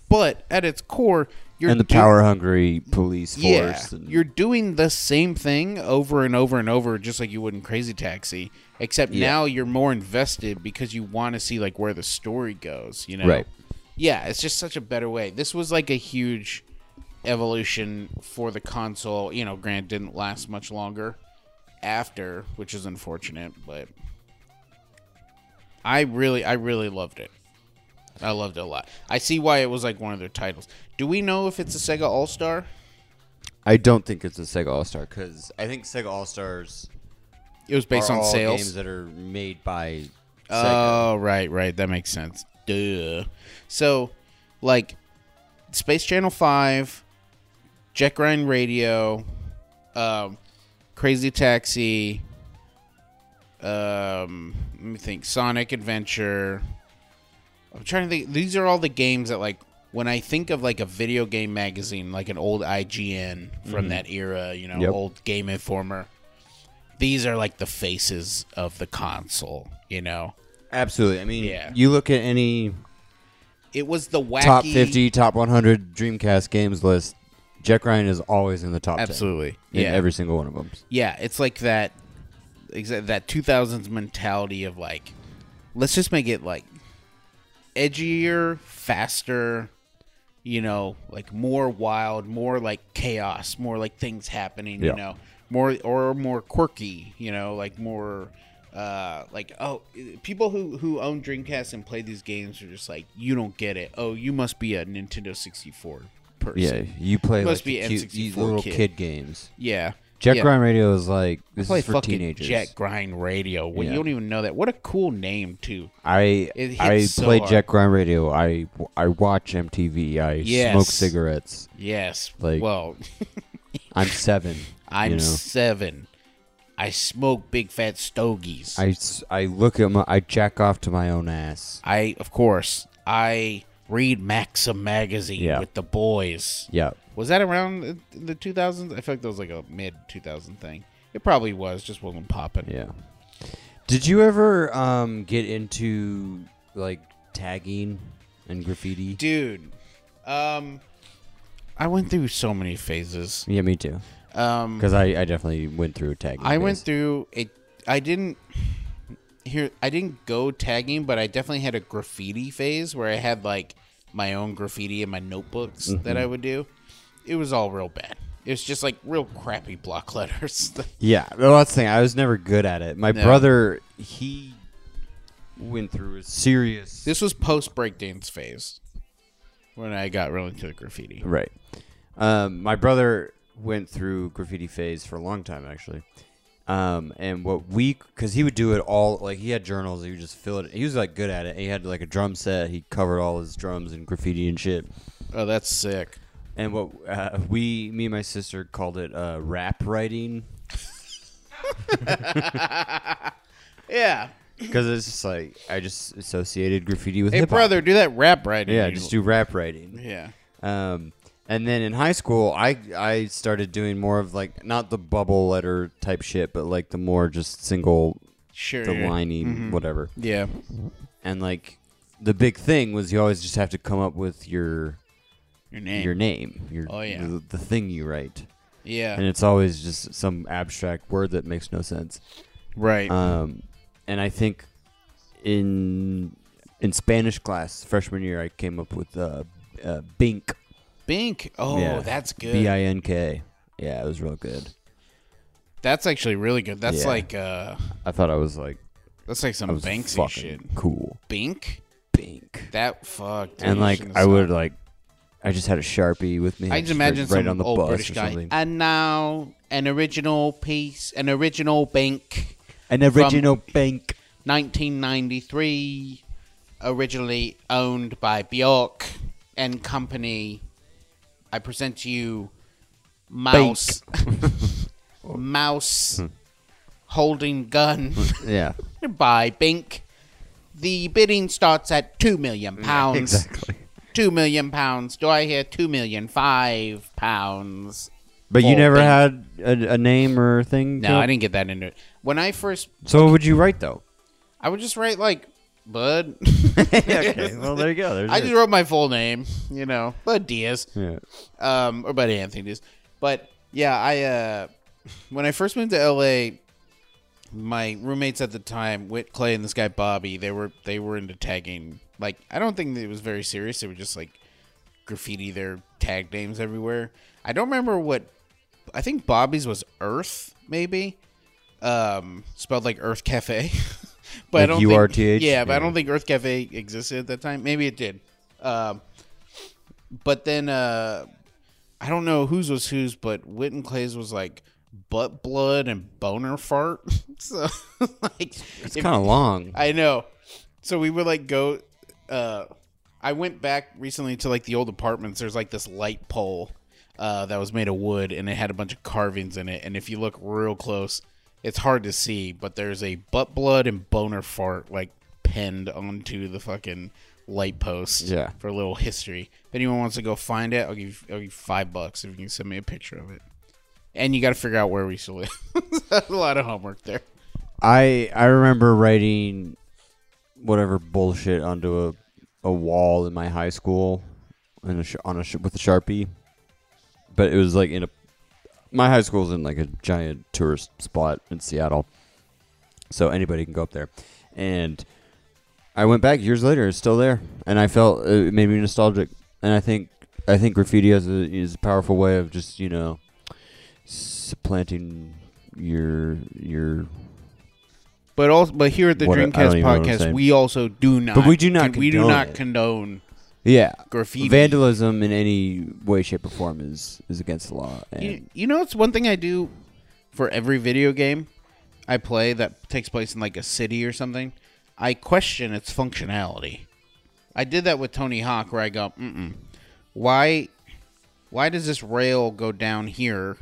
But at its core, you're and the do- power hungry police force. yeah, and- you're doing the same thing over and over and over, just like you would in Crazy Taxi. Except now you're more invested because you want to see like where the story goes. You know, Right. Yeah, it's just such a better way. This was like a huge evolution for the console. You know, Grant didn't last much longer after, which is unfortunate, but I really, I really loved it. I loved it a lot. I see why it was like one of their titles. Do we know if it's a Sega All Star? I don't think it's a Sega All Star because I think Sega All Stars It was based on are all games sales. that are made by Sega. Oh, right, right. That makes sense. Duh. So, like, Space Channel 5, Jack Ryan Radio, um, Crazy Taxi, um, let me think, Sonic Adventure. I'm trying to think. These are all the games that, like, when I think of like a video game magazine, like an old IGN from that era, you know, Yep. old Game Informer, these are like the faces of the console, you know. absolutely. I mean, Yeah. you look at any It was the wacky top 50, top 100 Dreamcast games list, Jack Ryan is always in the top 10 Absolutely. in Yeah. every single one of them. yeah, it's like that exa- that 2000s mentality of like let's just make it like edgier, faster, you know, like more wild, more like chaos, more like things happening, Yeah. you know, more or more quirky, you know, like more uh like oh people who who own Dreamcast and play these games are just like you don't get it. Oh, you must be a Nintendo 64 person. Yeah, you play Must like the be cute, these N64 little kid. kid, games. Yeah. Jack Yeah. Ryan Radio is like this play is for fucking teenagers. Jet Grind Radio. When Yeah. you don't even know that. What a cool name too. I It hits I so play hard. Jack Grind Radio. I I watch MTV. I smoke Yes. cigarettes. Yes. Like- well, I'm seven. I'm you know? seven. I smoke big fat stogies. I, s- I look at my I jack off to my own ass. I, of course I read Maxim magazine Yeah. with the boys. Yeah, Was that around the- the 2000s? I feel like that was like a mid 2000 thing. It probably was, just wasn't popping. yeah. Did you ever um get into like tagging and graffiti? Dude, um, I went through so many phases. yeah, me too. Um, Because I, I definitely went through a tagging. I went phase. through a. I didn't here. I didn't go tagging, but I definitely had a graffiti phase where I had like my own graffiti in my notebooks that Mm-hmm. I would do. It was all real bad. It was just like real crappy block letters. Yeah, well, that's the thing. I was never good at it. My No. brother, he went through a serious. this was post breakdance phase when I got really into the graffiti. Right. Um, my brother went through graffiti phase for a long time, actually. Um, and what we, because he would do it all, like he had journals, he would just fill it. He was like good at it. He had like a drum set. He covered all his drums and graffiti and shit. Oh, that's sick. And what uh, we, me and my sister, called it uh, rap writing, Yeah. because it's just like I just associated graffiti with Hey, hip-hop. brother, do that rap writing. Yeah, you- just do rap writing. Yeah. Um, and then in high school, I I started doing more of like not the bubble letter type shit, but like the more just single Sure. the lining whatever. Yeah. And like the big thing was you always just have to come up with your Your name. your name, your Oh, yeah. the, the thing you write, yeah. and it's always just some abstract word that makes no sense. right. Um, and I think in in Spanish class freshman year, I came up with uh, uh, Bink. Bink. Oh, Yeah. that's good. B I N K. Yeah, it was real good. That's actually really good. That's Yeah. like uh I thought I was like that's like some I was Banksy fucking shit. cool. Bink? Bink. That fuck. dude, and you like shouldn't I have would like I just had a sharpie with me. I just right- imagine right some on the old bus British or guy. something. And now an original piece, an original bank, An original bank. 1993, originally owned by Bjork and Company. I present to you Mouse, Mouse Hmm. holding gun Yeah, by Bink. The bidding starts at two million pounds. exactly. Two million pounds. Do I hear two million five pounds? But you Old never bank. had a, a name or thing. No, to it? I didn't get that into it. When I first, So what would you write though? I would just write like Bud. okay, well there you go. There's I your- just wrote my full name, you know, Bud Diaz, yeah. um, or Bud Anthony Diaz. But yeah, I uh, when I first moved to LA, my roommates at the time, Whit Clay and this guy Bobby, they were they were into tagging. Like I don't think it was very serious. They were just like graffiti their tag names everywhere. I don't remember what I think Bobby's was Earth, maybe. Um, spelled like Earth Cafe. but I Like don't URTH? Think, yeah, but I Yeah. don't think Earth Cafe existed at that time. Maybe it did. Um, but then uh, I don't know whose was whose, but Whit and Clay's was like butt blood and boner fart. so like It's kind of long. I know. So we would like go. Uh, I went back recently to like the old apartments. There's like this light pole uh, that was made of wood, and it had a bunch of carvings in it. And if you look real close, it's hard to see, but there's a butt blood and boner fart like pinned onto the fucking light post. Yeah. For a little history. If anyone wants to go find it, I'll give you, I'll give you five bucks if you can send me a picture of it. And you got to figure out where we should live. That's a lot of homework there. I I remember writing whatever bullshit onto a a wall in my high school in a, sh- on a sh- with a sharpie, but it was like in a my high school's in like a giant tourist spot in Seattle, so anybody can go up there, and I went back years later. It's still there, and I felt uh, it made me nostalgic, and I think I think graffiti is a, is a powerful way of just you know supplanting your your But also, but here at the What- I don't Dreamcast even know what I'm podcast, saying. we also do not. we do not we do condone not it. condone Yeah, graffiti. vandalism in any way, shape, or form is is against the law. And You, you know, it's one thing I do for every video game I play that takes place in like a city or something. I question its functionality. I did that with Tony Hawk, where I go, Mm-mm. "Why, why does this rail go down here?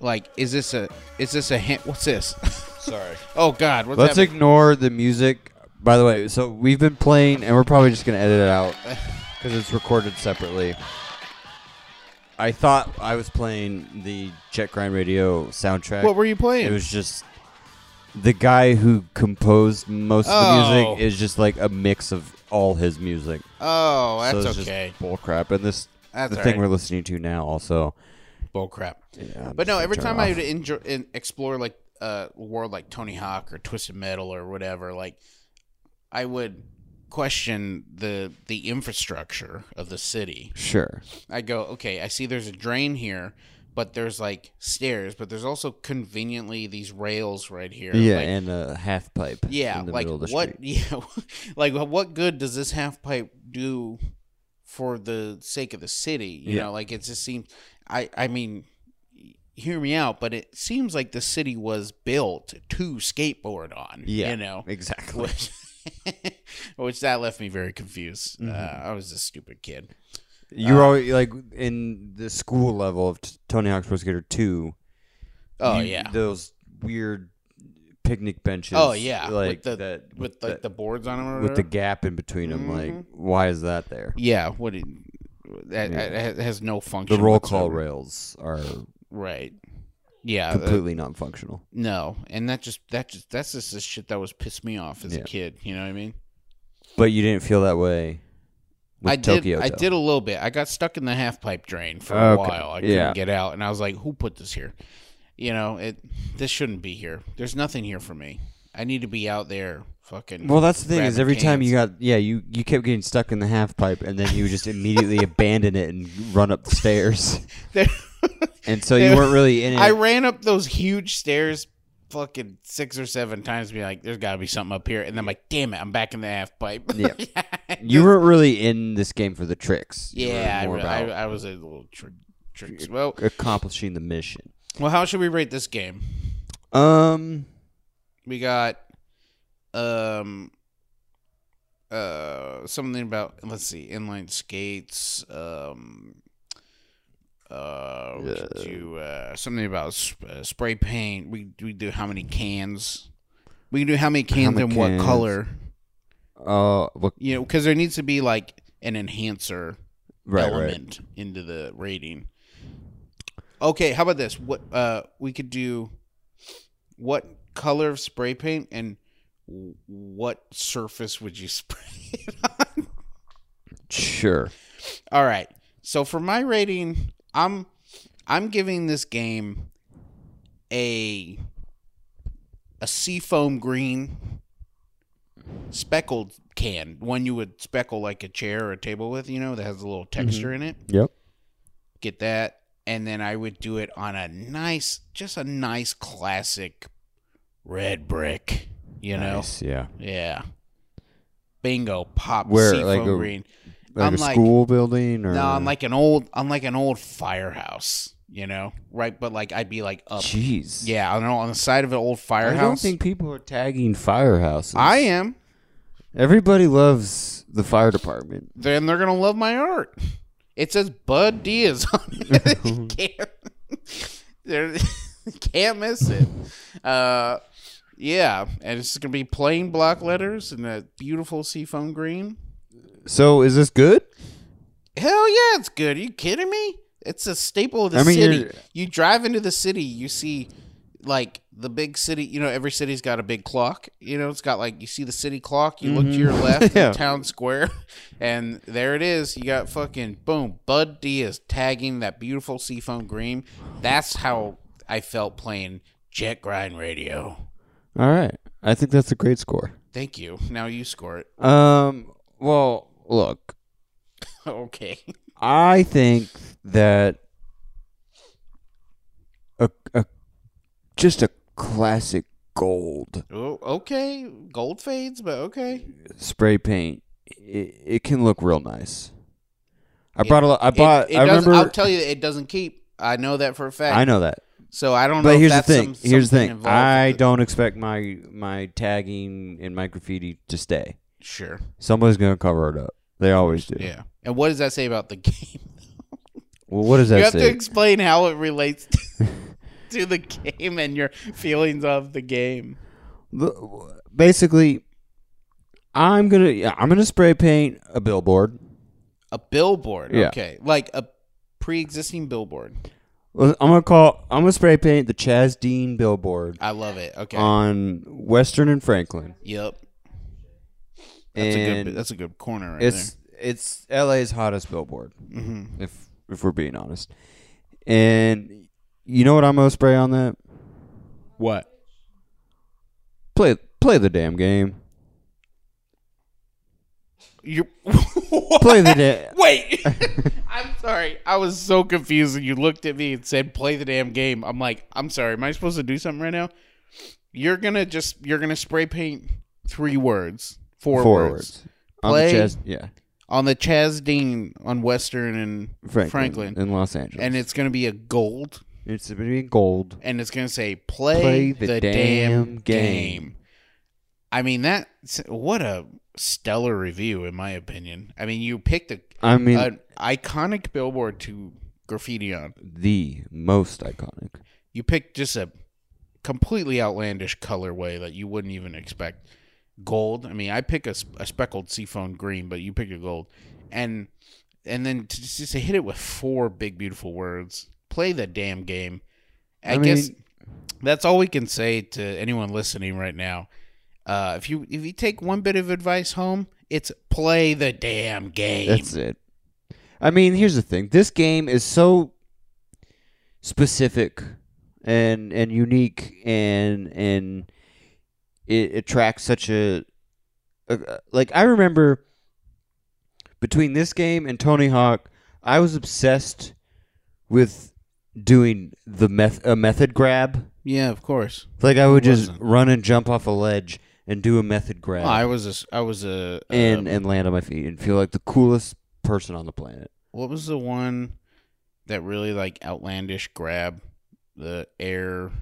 Like, is this a is this a hint? What's this? Sorry. oh God, what's let's that? ignore the music. By the way, so we've been playing, and we're probably just gonna edit it out because it's recorded separately. I thought I was playing the Jet Grind Radio soundtrack. what were you playing? It was just the guy who composed most of the Oh. music is just like a mix of all his music. oh, So that's it's just okay. bull crap, and this That's the thing alright. we're listening to now also. bull crap. Yeah, I'm but just no, gonna every turn time it I off. would enjoy, in, explore like a world like Tony Hawk or Twisted Metal or whatever, like I would question the the infrastructure of the city. Sure. I go, okay, I see there's a drain here, but there's like stairs, but there's also conveniently these rails right here. Yeah, like, and a half pipe. yeah, in the like middle of the what? street. Yeah, like what good does this half pipe do for the sake of the city? You Yeah. know, like it just seems. I I mean, hear me out, but it seems like the city was built to skateboard on. Yeah, you know, exactly. which, which that left me very confused. Mm-hmm. Uh, I was a stupid kid. you uh, were always like in the school level of t- Tony Hawk's Pro Skater Two. Oh you- yeah. those weird picnic benches. Oh yeah, like with the that, with like that- the Mm-hmm. boards on them or with the whatever. gap in between them. Like, why is that there? yeah, what it, that that has no function. The roll call whatsoever. rails are uh, right? Yeah, uh, completely non-functional. No, and that just that just that's just the shit that was pissed me off as Yeah. a kid. You know what I mean? But you didn't feel that way with I did. Tokyo. I though. did a little bit. I got stuck in the half pipe drain for a Okay, while. I yeah. couldn't get out, and I was like, "Who put this here? You know, it. This shouldn't be here. There's nothing here for me. I need to be out there, fucking." Well, that's the thing is grabbing every time you cans." got yeah you you kept getting stuck in the half pipe and then you would just immediately abandon it and run up the stairs. There- And so you There- weren't really in it. I ran up those huge stairs fucking six or seven times, be like, "There's got to be something up here," and then I'm like, "Damn it, I'm back in the half pipe." Yeah. You weren't really in this game for the tricks. You were yeah, I, more re- I, about I was a little trick. Tricks. Well, accomplishing the mission. well, how should we rate this game? Um, We got um uh something about let's see, inline skates, um uh, we could do uh, something about sp- uh, spray paint. We we do how many cans? We can do how many cans many and cans? what color? uh, what, You know, because there needs to be like an enhancer right, right. element into the rating. Okay, how about this? What uh we could do what color of spray paint and w- what surface would you spray it on? Sure. All right. So for my rating, I'm I'm giving this game a a seafoam green speckled can, one you would speckle like a chair or a table with, you know, that has a little texture in it Mm-hmm. Yep. get that and then i would do it on a nice just a nice classic red brick you Nice, yeah. know yeah bingo pop Where, seafoam like a- green Like I'm a like- school building or no on like an old on like an old firehouse you know right but like i'd be like up Jeez. yeah on, on the side of an old I firehouse don't think people are tagging firehouses. I am Everybody loves the fire department. then they're gonna love my art it says bud diaz on it You can't, there- you can't miss it uh Yeah, and it's gonna be plain block letters and that beautiful seafoam green. So is this good? Hell yeah, it's good. Are you kidding me? It's a staple of the I mean, you're- city. You drive into the city, you see like the big city. You know, every city's got a big clock. You know, it's got like you see the city clock. You look to your left, Mm-hmm. Yeah. in town square, and there it is. You got fucking boom. Bud D is tagging that beautiful seafoam green. That's how I felt playing Jet Grind Radio. All right. I think that's a great score. Thank you. Now you score it. Um. Well, look, Okay. I think that A, a, just a classic gold Oh, okay. Gold fades, but okay. spray paint it, it can look real nice. I brought a lot. I It- bought. It, I doesn't, remember. I'll tell you, it doesn't keep. I know that for a fact. I know that. So I don't. know But if here's the that's thing. some- here's the something thing. involved I with it. don't expect my my tagging and my graffiti to stay. Sure. Somebody's gonna cover it up. They always do. Yeah. And what does that say about the game? Well, what does you that have to say? explain how it relates to, to the game and your feelings of the game. L- Basically, I'm gonna yeah, I'm gonna spray paint a billboard. A billboard. Yeah. Okay. Like a pre-existing billboard. Well, I'm gonna call. I'm gonna spray paint the Chaz Dean billboard I love it. Okay. Um, on Western and Franklin. yep. That's a and good. That's a good corner right it's it's LA's hottest billboard. there. hmm If if we're being honest, and you know what I'm gonna spray on that? What? Play play the damn game. You. Play the damn. Wait. I'm sorry. I was so confused and you looked at me and said, play the damn game. I'm like, I'm sorry. Am I supposed to do something right now? You're going to just, you're going to spray paint three words, four, forwards. words On the Play- chest, yeah. on the Chaz Dean on Western and Franklin. in Los Angeles, And it's going to be a gold it's gonna be gold. and it's going to say, play, Play the, the damn, damn game. game. I mean, that, what a stellar review, in my opinion. I mean, you picked a, I mean, an iconic billboard to graffiti on. the most iconic. You picked just a completely outlandish colorway that you wouldn't even expect. Gold. I mean, I pick a, sp- a speckled seafoam green, but you pick a gold, and and then to just, just to hit it with four big beautiful words. Play the damn game. I, I mean- guess that's all we can say to anyone listening right now. Uh, if you if you take one bit of advice home, it's play the damn game. That's it. I mean, here's the thing. This game is so specific and and unique and and it attracts such a, a like I remember between this game and Tony Hawk, I was obsessed with doing the meth a method grab Yeah, of course. Like I would just Wasn't. run and jump off a ledge and do a method grab Well, Oh, I was a s I was a and uh, and land on my feet and feel like the coolest person on the planet. what was the one that really like outlandish grab the air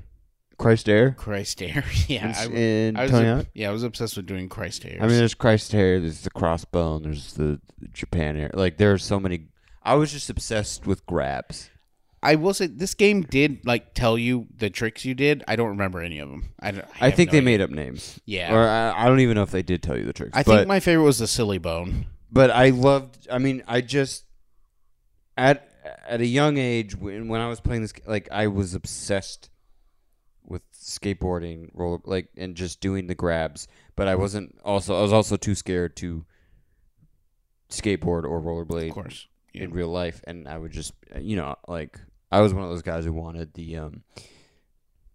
Christ Air. Christ air. yeah, And, I, w- and I was Tony ob- Hawk? yeah, I was obsessed with doing Christ airs. I mean, there's Christ Air. There's the Crossbone. There's the Japan Air. Like there are so many. I was just obsessed with grabs. I will say this game did like tell you the tricks you did. I don't remember any of them. I, don't, I, have think no they idea. made up names. Yeah. Or I, I don't even know if they did tell you the tricks. I but, think my favorite was the silly bone. but I loved. I mean, I just at at a young age when when I was playing this, like I was obsessed with skateboarding, roller, like and just doing the grabs. But I wasn't also. I was also too scared to skateboard or rollerblade Of course. in real life, and I would just, you know, like I was one of those guys who wanted the um,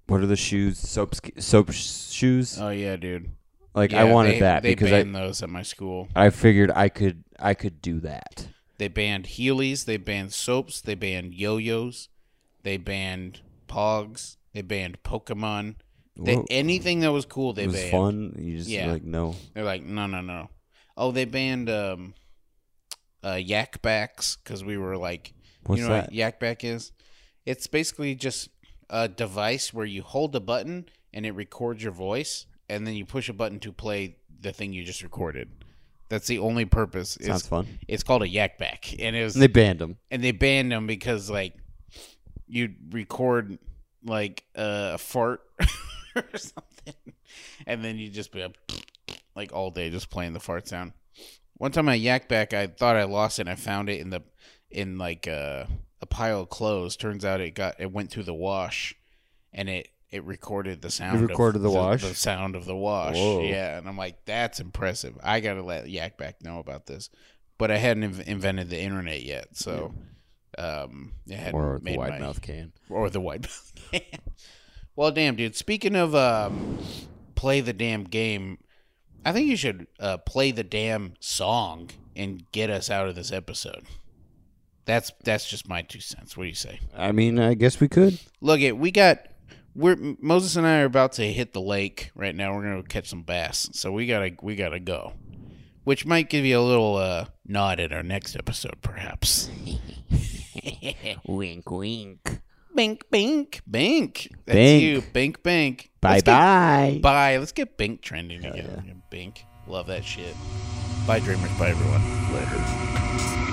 what are the shoes? Soap sk- soap sh- shoes. Oh yeah, dude. like I Yeah, wanted they- that they because I banned those at my school. I figured I could I could do that. They banned Heelys. They banned soaps. They banned yo-yos. They banned Pogs. They banned Pokemon. They, Whoa. anything that was cool, they it was banned. fun. You just Yeah. like no. They're like, no, no, no. Oh, they banned um, uh, yak backs because we were like, What's you know that? what yak back is? It's basically just a device where you hold a button and it records your voice, and then you push a button to play the thing you just recorded. That's the only purpose. Sounds It's, fun. it's called a yak back, and it was And they banned them. and they banned them because like you'd record like a fart or something and then you'd just be up like all day just playing the fart sound one time i yak back i thought i lost it and i found it in the in like uh, a pile of clothes turns out it got it went through the wash and it it recorded the sound of recorded the wash? the sound of the wash Whoa. yeah and i'm like that's impressive i gotta let yak back know about this but I hadn't inv- invented the internet yet, so um, it hadn't Or the made wide my- mouth can. or the wide mouth. can. well, damn, dude. Speaking of um, play the damn game, I think you should uh, play the damn song and get us out of this episode. That's that's just my two cents. What do you say? I mean, I guess we could. Look, it we got we're Moses and I are about to hit the lake right now. We're gonna go catch some bass, so we gotta we gotta go. Which might give you a little uh, nod in our next episode, perhaps. Wink, wink. Bink, bink, bink. That's Bink. you, bink, bink. Bye Let's get- bye. Bye. Let's get bink trending again. Bink. Love that shit. Bye, dreamers. Bye, everyone. Later.